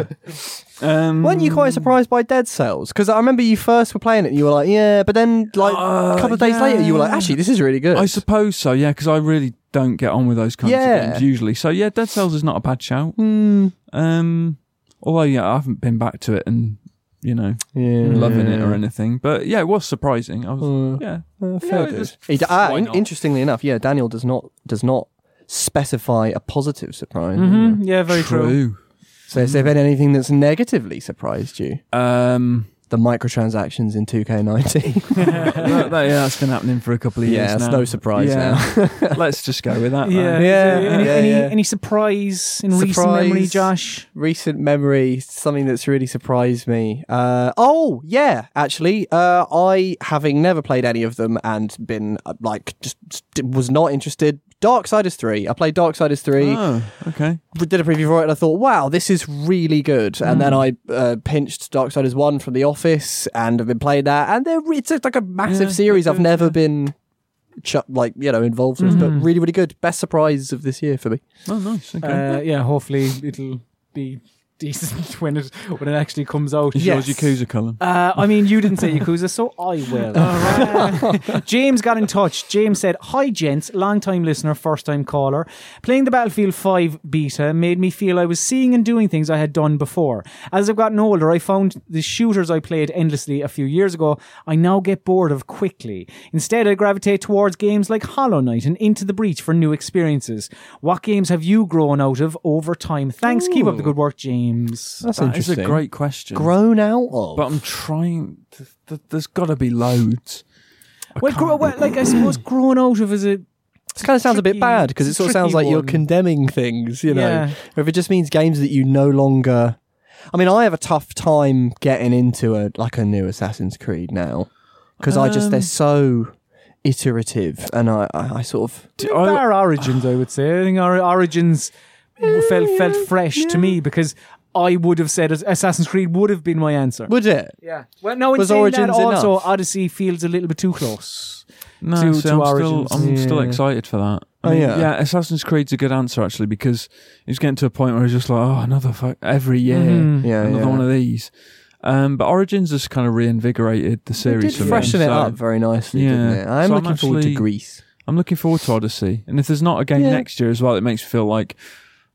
S3: Yakuza. Um,
S1: Weren't you quite surprised by Dead Cells? Because I remember you first were playing it and you were like, yeah, but then like a
S3: Uh,
S1: couple of days
S3: yeah.
S1: later you were like, actually, this is really good.
S3: I suppose so, yeah, because I really don't get on with those kinds
S1: Yeah.
S3: of games usually. So yeah, Dead Cells is not a bad shout. Um, although yeah, I haven't been back to it and you know loving it or anything. But yeah, it was surprising. I was yeah,
S1: Uh,
S3: Yeah,
S1: fair
S3: it
S1: dude.
S3: was-
S1: He d- ah,
S3: why
S1: in-
S3: not?
S1: interestingly enough, yeah, Daniel does not does not specify a positive surprise.
S3: Mm-hmm.
S2: Mhm, yeah, very true.
S1: So has there been anything that's negatively surprised you?
S3: Um,
S1: The microtransactions in 2K19.
S3: that, that- yeah, that's been happening for a couple of years.
S1: yeah, it's
S3: now.
S1: no surprise now.
S3: now. Let's just go with that.
S2: Yeah,
S3: then.
S1: Yeah,
S2: So Any,
S1: yeah,
S2: any,
S1: yeah.
S2: any surprise in recent
S1: Surprise.
S2: memory, Josh?
S1: Recent memory, something that's really surprised me. Uh, oh, yeah, actually, uh, I having never played any of them and been uh, like just just was not interested. Darksiders 3. I played Darksiders 3.
S3: Oh, okay.
S1: we did a preview for it and I thought, wow, this is really good. And
S3: Hmm.
S1: then I uh, pinched Darksiders 1 from The Office and have been playing that. And they're, it's a- like a massive
S3: Yeah, Hmm.
S1: series I've
S3: good,
S1: never been ch- like, you know, involved with, but really, really good. Best surprise of this year for me.
S3: Oh, nice. Okay.
S2: Uh, yeah, hopefully it'll be decent when it when it actually comes out.
S3: Is yours
S1: yes.
S3: Yakuza column?
S2: Uh, I mean, you didn't say Yakuza, so I will. Uh, James got in touch. James said, Hi, gents, long time listener, first time caller. Playing the Battlefield 5 beta made me feel I was seeing and doing things I had done before. As I've gotten older, I found the shooters I played endlessly a few years ago, I now get bored of quickly. Instead, I gravitate towards games like Hollow Knight and Into the Breach for new experiences. What games have you grown out of over time? Thanks. Keep up the good work, James.
S1: That's
S3: That is a great question.
S1: Grown out of.
S3: but I'm trying. To, th- there's got to be loads.
S2: Well, gro- well, like I suppose, grown out of is a
S1: This kind of sounds a
S2: tricky-
S1: bit bad because it sort of
S2: tricky
S1: sounds like you're
S2: one.
S1: condemning things, you know.
S2: Yeah.
S1: Or if it just means games that you no longer. I mean, I have a tough time getting into a like a new Assassin's Creed now because I just they're so iterative and I I, I sort of
S3: Do I-
S2: our origins, I would say. I think our origins felt felt fresh to me because I would have said Ass- Assassin's Creed would have been my answer.
S1: would it.
S2: yeah. Well, no, in
S1: Was
S2: saying that,
S1: Origins enough?
S2: also Odyssey feels a little bit too close. to-
S3: No, see,
S2: to
S3: I'm, still,
S2: Origins.
S3: I'm still
S1: Yeah.
S3: excited for that. I
S1: Oh,
S3: mean,
S1: yeah.
S3: yeah. Assassin's Creed's a good answer actually because it's getting to a point where it's just like, oh, another fuck every year,
S2: Mhm.
S1: Mm-hmm. Yeah,
S3: another
S1: yeah.
S3: one of these. Um, but Origins has kind of reinvigorated the
S1: It
S3: series
S1: did
S3: for me.
S1: freshen it
S3: so
S1: up very nicely, didn't
S3: Yeah.
S1: it? I am
S3: So I'm
S1: looking forward to
S3: actually-
S1: Greece.
S3: I'm looking forward to Odyssey, and if there's not a game
S1: Yeah.
S3: next year as well, it makes me feel like,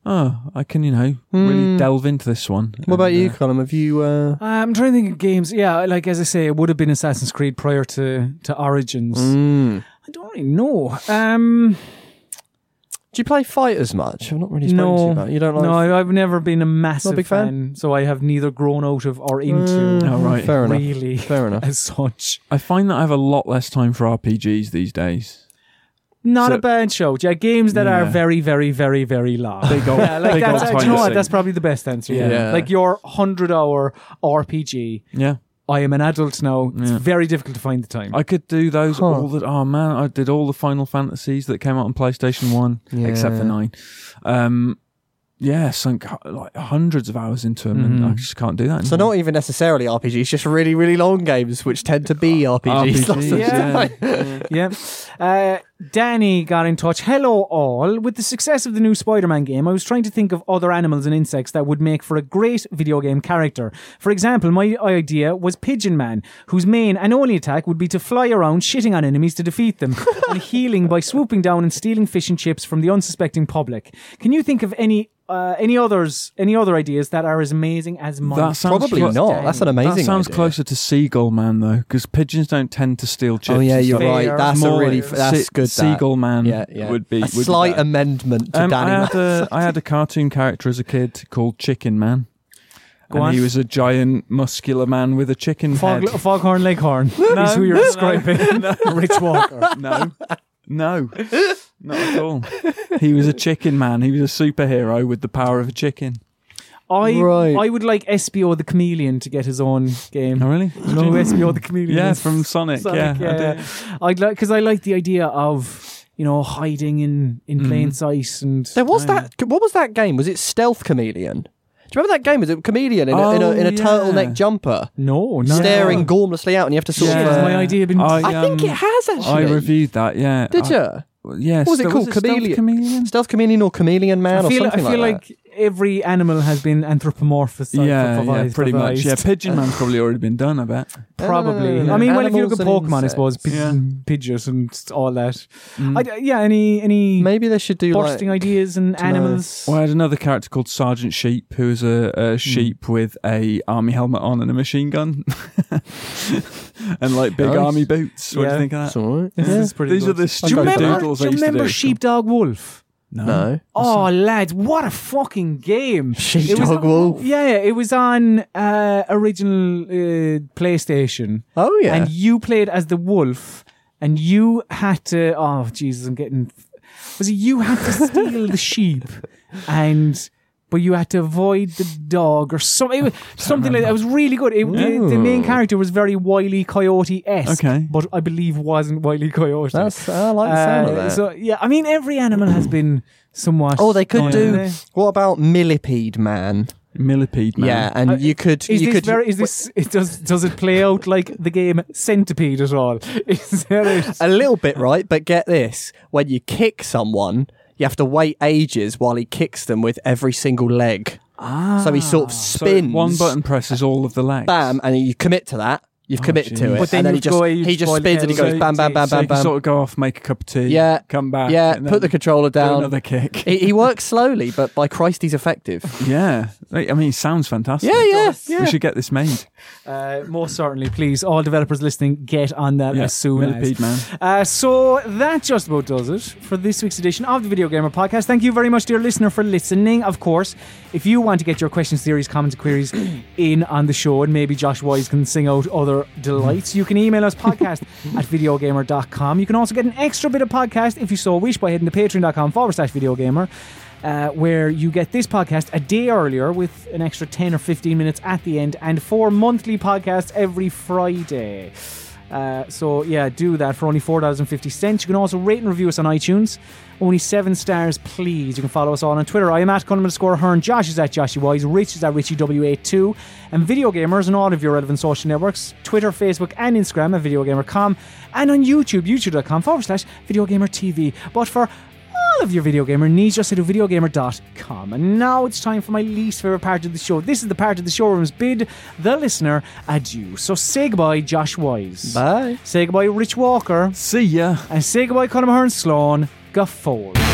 S3: oh, I can you know really delve into this one.
S1: Hmm. What about
S3: And,
S1: you,
S3: uh,
S1: Colin? Have you? Uh,
S2: Uh, I'm trying to think of games. Yeah, like as I say, it would have been Assassin's Creed prior to to Origins.
S1: Hmm.
S2: I don't really know. Um,
S1: do you play Fight as much? I've not really spoken to you
S2: no,
S1: about. it. You don't like?
S2: no, I- I've never been a massive
S1: big fan? Hmm.
S2: so I have neither grown out of or into.
S3: Oh, right.
S1: Fair enough.
S2: Really,
S1: Fair enough.
S2: as such.
S3: I find that I have a lot less time for RPGs these days.
S2: Not
S3: So-
S2: a bad show. Yeah, games that are
S3: Yeah.
S2: very, very, very, very long.
S3: Big old,
S2: yeah, like
S3: big old
S2: that's,
S3: time
S2: do you know what?
S3: sink.
S2: That's probably the best answer. Yeah.
S1: Yeah.
S2: Like your 100 hour RPG.
S3: yeah.
S2: I am an adult now. It's very difficult to find the time.
S3: I could do those all the oh man, I did all the Final Fantasies that came out on PlayStation One, except for
S1: Yeah.
S3: nine. Um, yeah, sunk h- like hundreds of hours into them,
S1: Mm-hmm.
S3: and I just can't do that.
S1: So
S3: anymore.
S1: not even necessarily RPGs, just really, really long games which tend to be RPGs.
S3: RPGs,
S2: yeah. yeah. Uh, Danny got in touch. Hello, all. With the success of the new Spider Man game, I was trying to think of other animals and insects that would make for a great video game character. For example, my idea was Pigeon Man, whose main and only attack would be to fly around shitting on enemies to defeat them and healing by swooping down and stealing fish and chips from the unsuspecting public. Can you think of any? Uh, any others? Any other ideas that are as amazing as mine?
S3: That sounds
S1: Probably
S3: clo-
S1: not. That's an amazing.
S3: That sounds
S1: idea.
S3: closer to Seagull Man though, because pigeons don't tend to steal chips.
S1: Oh yeah,
S3: and
S1: you're
S3: stuff.
S1: right.
S2: Fair.
S1: That's a
S3: More
S1: really f- that's
S3: Se-
S1: good. that.
S3: Seagull Man would be
S1: a
S3: would be
S1: slight
S3: better.
S1: amendment to
S3: Um,
S1: Danny.
S3: I had, a, I had a cartoon character as a kid called Chicken Man.
S2: Go
S3: and
S2: on.
S3: he was a giant muscular man with a chicken
S2: Fog,
S3: head.
S2: Foghorn Leghorn is who you're describing. Rich Walker.
S3: No. No. Not at all. He was a chicken man. He was a superhero with the power of a chicken.
S2: I
S1: Right.
S2: I would like Espio the Chameleon to get his own game.
S3: Oh, really?
S2: You know who Espio the Chameleon
S3: Yeah,
S2: is?
S3: from Sonic.
S2: Sonic,
S3: yeah. I
S2: yeah.
S3: do.
S2: I'd like because I like the idea of you know hiding in in
S3: Mm-hmm.
S2: plain sight and
S1: there was that. What was that game? Was it Stealth Chameleon? Do you remember that game? Was it Chameleon in a, in a, in a
S3: Oh, yeah.
S1: turtleneck jumper,
S2: no, no
S1: staring gormlessly out, and you have to sort
S2: Shit,
S1: of.
S2: has
S1: uh,
S2: my idea been?
S3: I,
S1: I think
S3: um,
S1: it has
S3: I
S1: actually.
S3: reviewed that, yeah.
S1: Did
S3: I-
S1: you?
S3: Yes.
S1: What was it
S3: there
S1: called?
S3: stealth
S1: Chameleon?
S3: chameleon?
S1: Stealth Chameleon or Chameleon Man
S2: I
S1: or
S2: feel, I
S1: something
S2: feel
S1: like
S2: like,
S1: that.
S2: every animal has been anthropomorphized.
S3: yeah, yeah, pretty much. Yeah,
S2: anthropomorphized.
S3: Pigeon Man's probably already been done, I bet.
S2: Probably.
S1: Yeah.
S2: I mean, well, if you
S1: Animals
S2: look at
S1: and
S2: Pokemon, I
S1: insects.
S2: suppose pid-
S3: Yeah. Mm.
S2: pigeons and all that. I d yeah, any any
S1: Maybe they should do like
S2: bursting ideas and
S1: know.
S2: animals.
S3: Well, I had another character called Sergeant Sheep, who is a,
S1: Hmm.
S3: a sheep with a army helmet on and a machine gun, and like big
S1: Nice.
S3: army boots. What do
S2: Yeah.
S3: you think of that?
S1: It's all right.
S2: This
S1: Yeah.
S2: is pretty
S3: These
S2: good.
S3: are the
S2: Do you
S3: stupid
S2: remember,
S3: doodles
S2: do
S3: I
S2: you
S3: used to
S2: remember
S3: do.
S2: Sheepdog Wolf?
S1: No.
S2: Oh, lad, what a fucking game. It was-
S1: Sheepdog Wolf.
S2: Yeah, yeah, it was on uh, original uh, PlayStation.
S1: Oh yeah.
S2: And you played as the wolf, and you had to. Oh, Jesus, I'm getting. Was it you had to steal the sheep, and but you had to avoid the dog or something? It was something like that. It was really good. It, the, the main character was very wily coyote esque,
S3: Okay.
S2: but I believe wasn't wily coyote.
S1: That's I like the sound
S2: Uh,
S1: of that.
S2: So yeah, I mean, every animal has been somewhat.
S1: Oh, they could
S2: Yeah.
S1: do.
S2: Yeah.
S1: What about millipede man?
S3: Millipede Man.
S1: Yeah, and
S2: Uh,
S1: you could.
S2: Is
S1: you
S2: this
S1: could.
S2: very? Is this? It does does it play out like the game Centipede at all? Is that it?
S1: a little bit right, but get this: when you kick someone, you have to wait ages while he kicks them with every single leg. Ah, so he sort of
S3: So
S1: spins.
S3: one button presses all of the legs.
S1: bam, and you commit to that. You've committed to it,
S3: But
S2: then
S1: and then he
S2: you've
S1: just
S2: got-
S1: he
S2: you've
S1: just
S2: got
S1: spins and he
S2: hell
S1: goes bam, bam, bam,
S2: rotates.
S3: So
S1: bam,
S3: you can
S1: bam.
S3: sort of go off, make a cup of tea,
S1: Yeah,
S3: come back,
S1: yeah.
S3: and
S1: Put the
S3: then
S1: controller
S3: do
S1: down.
S3: another kick.
S1: He, he works slowly, but by Christ, he's effective.
S3: yeah, Like, I mean, it sounds fantastic.
S1: Yeah, yeah, yeah.
S3: We should get this made.
S2: Uh, most certainly, please, all developers listening, get on that
S3: Yeah,
S2: as soon
S3: Millipede
S2: as.
S3: Man.
S2: Uh, so that just about does it for this week's edition of the Video Gamer Podcast. Thank you very much, dear listener, for listening. Of course, if you want to get your questions, theories, comments, and queries in on the show, and maybe Josh Wise can sing out other delights, you can email us podcast at videogamer.com. You can also get an extra bit of podcast if you so wish by heading to patreon.com forward slash videogamer. Uh, where you get this podcast a day earlier with an extra 10 or 15 minutes at the end, and four monthly podcasts every Friday. Uh, so yeah, do that for only four dollars and fifty cents. You can also rate and review us on iTunes. Only seven stars, please. You can follow us all on Twitter. I am at Conan underscore Hearn. Josh is at Joshy Wise. Rich is at Richie W82. And video gamers on all of your relevant social networks: Twitter, Facebook, and Instagram at videogamer.com, and on YouTube, youtube.com forward slash videogamer TV. But for all of your video gamer needs, just head to videogamer.com. And now it's time for my least favorite part of the show. This is the part of the showroom's bid the listener adieu. So say goodbye, Josh Wise.
S1: Bye.
S2: Say goodbye, Rich Walker.
S3: See ya.
S2: And say goodbye, Conor Mahern Sloan. Gafford.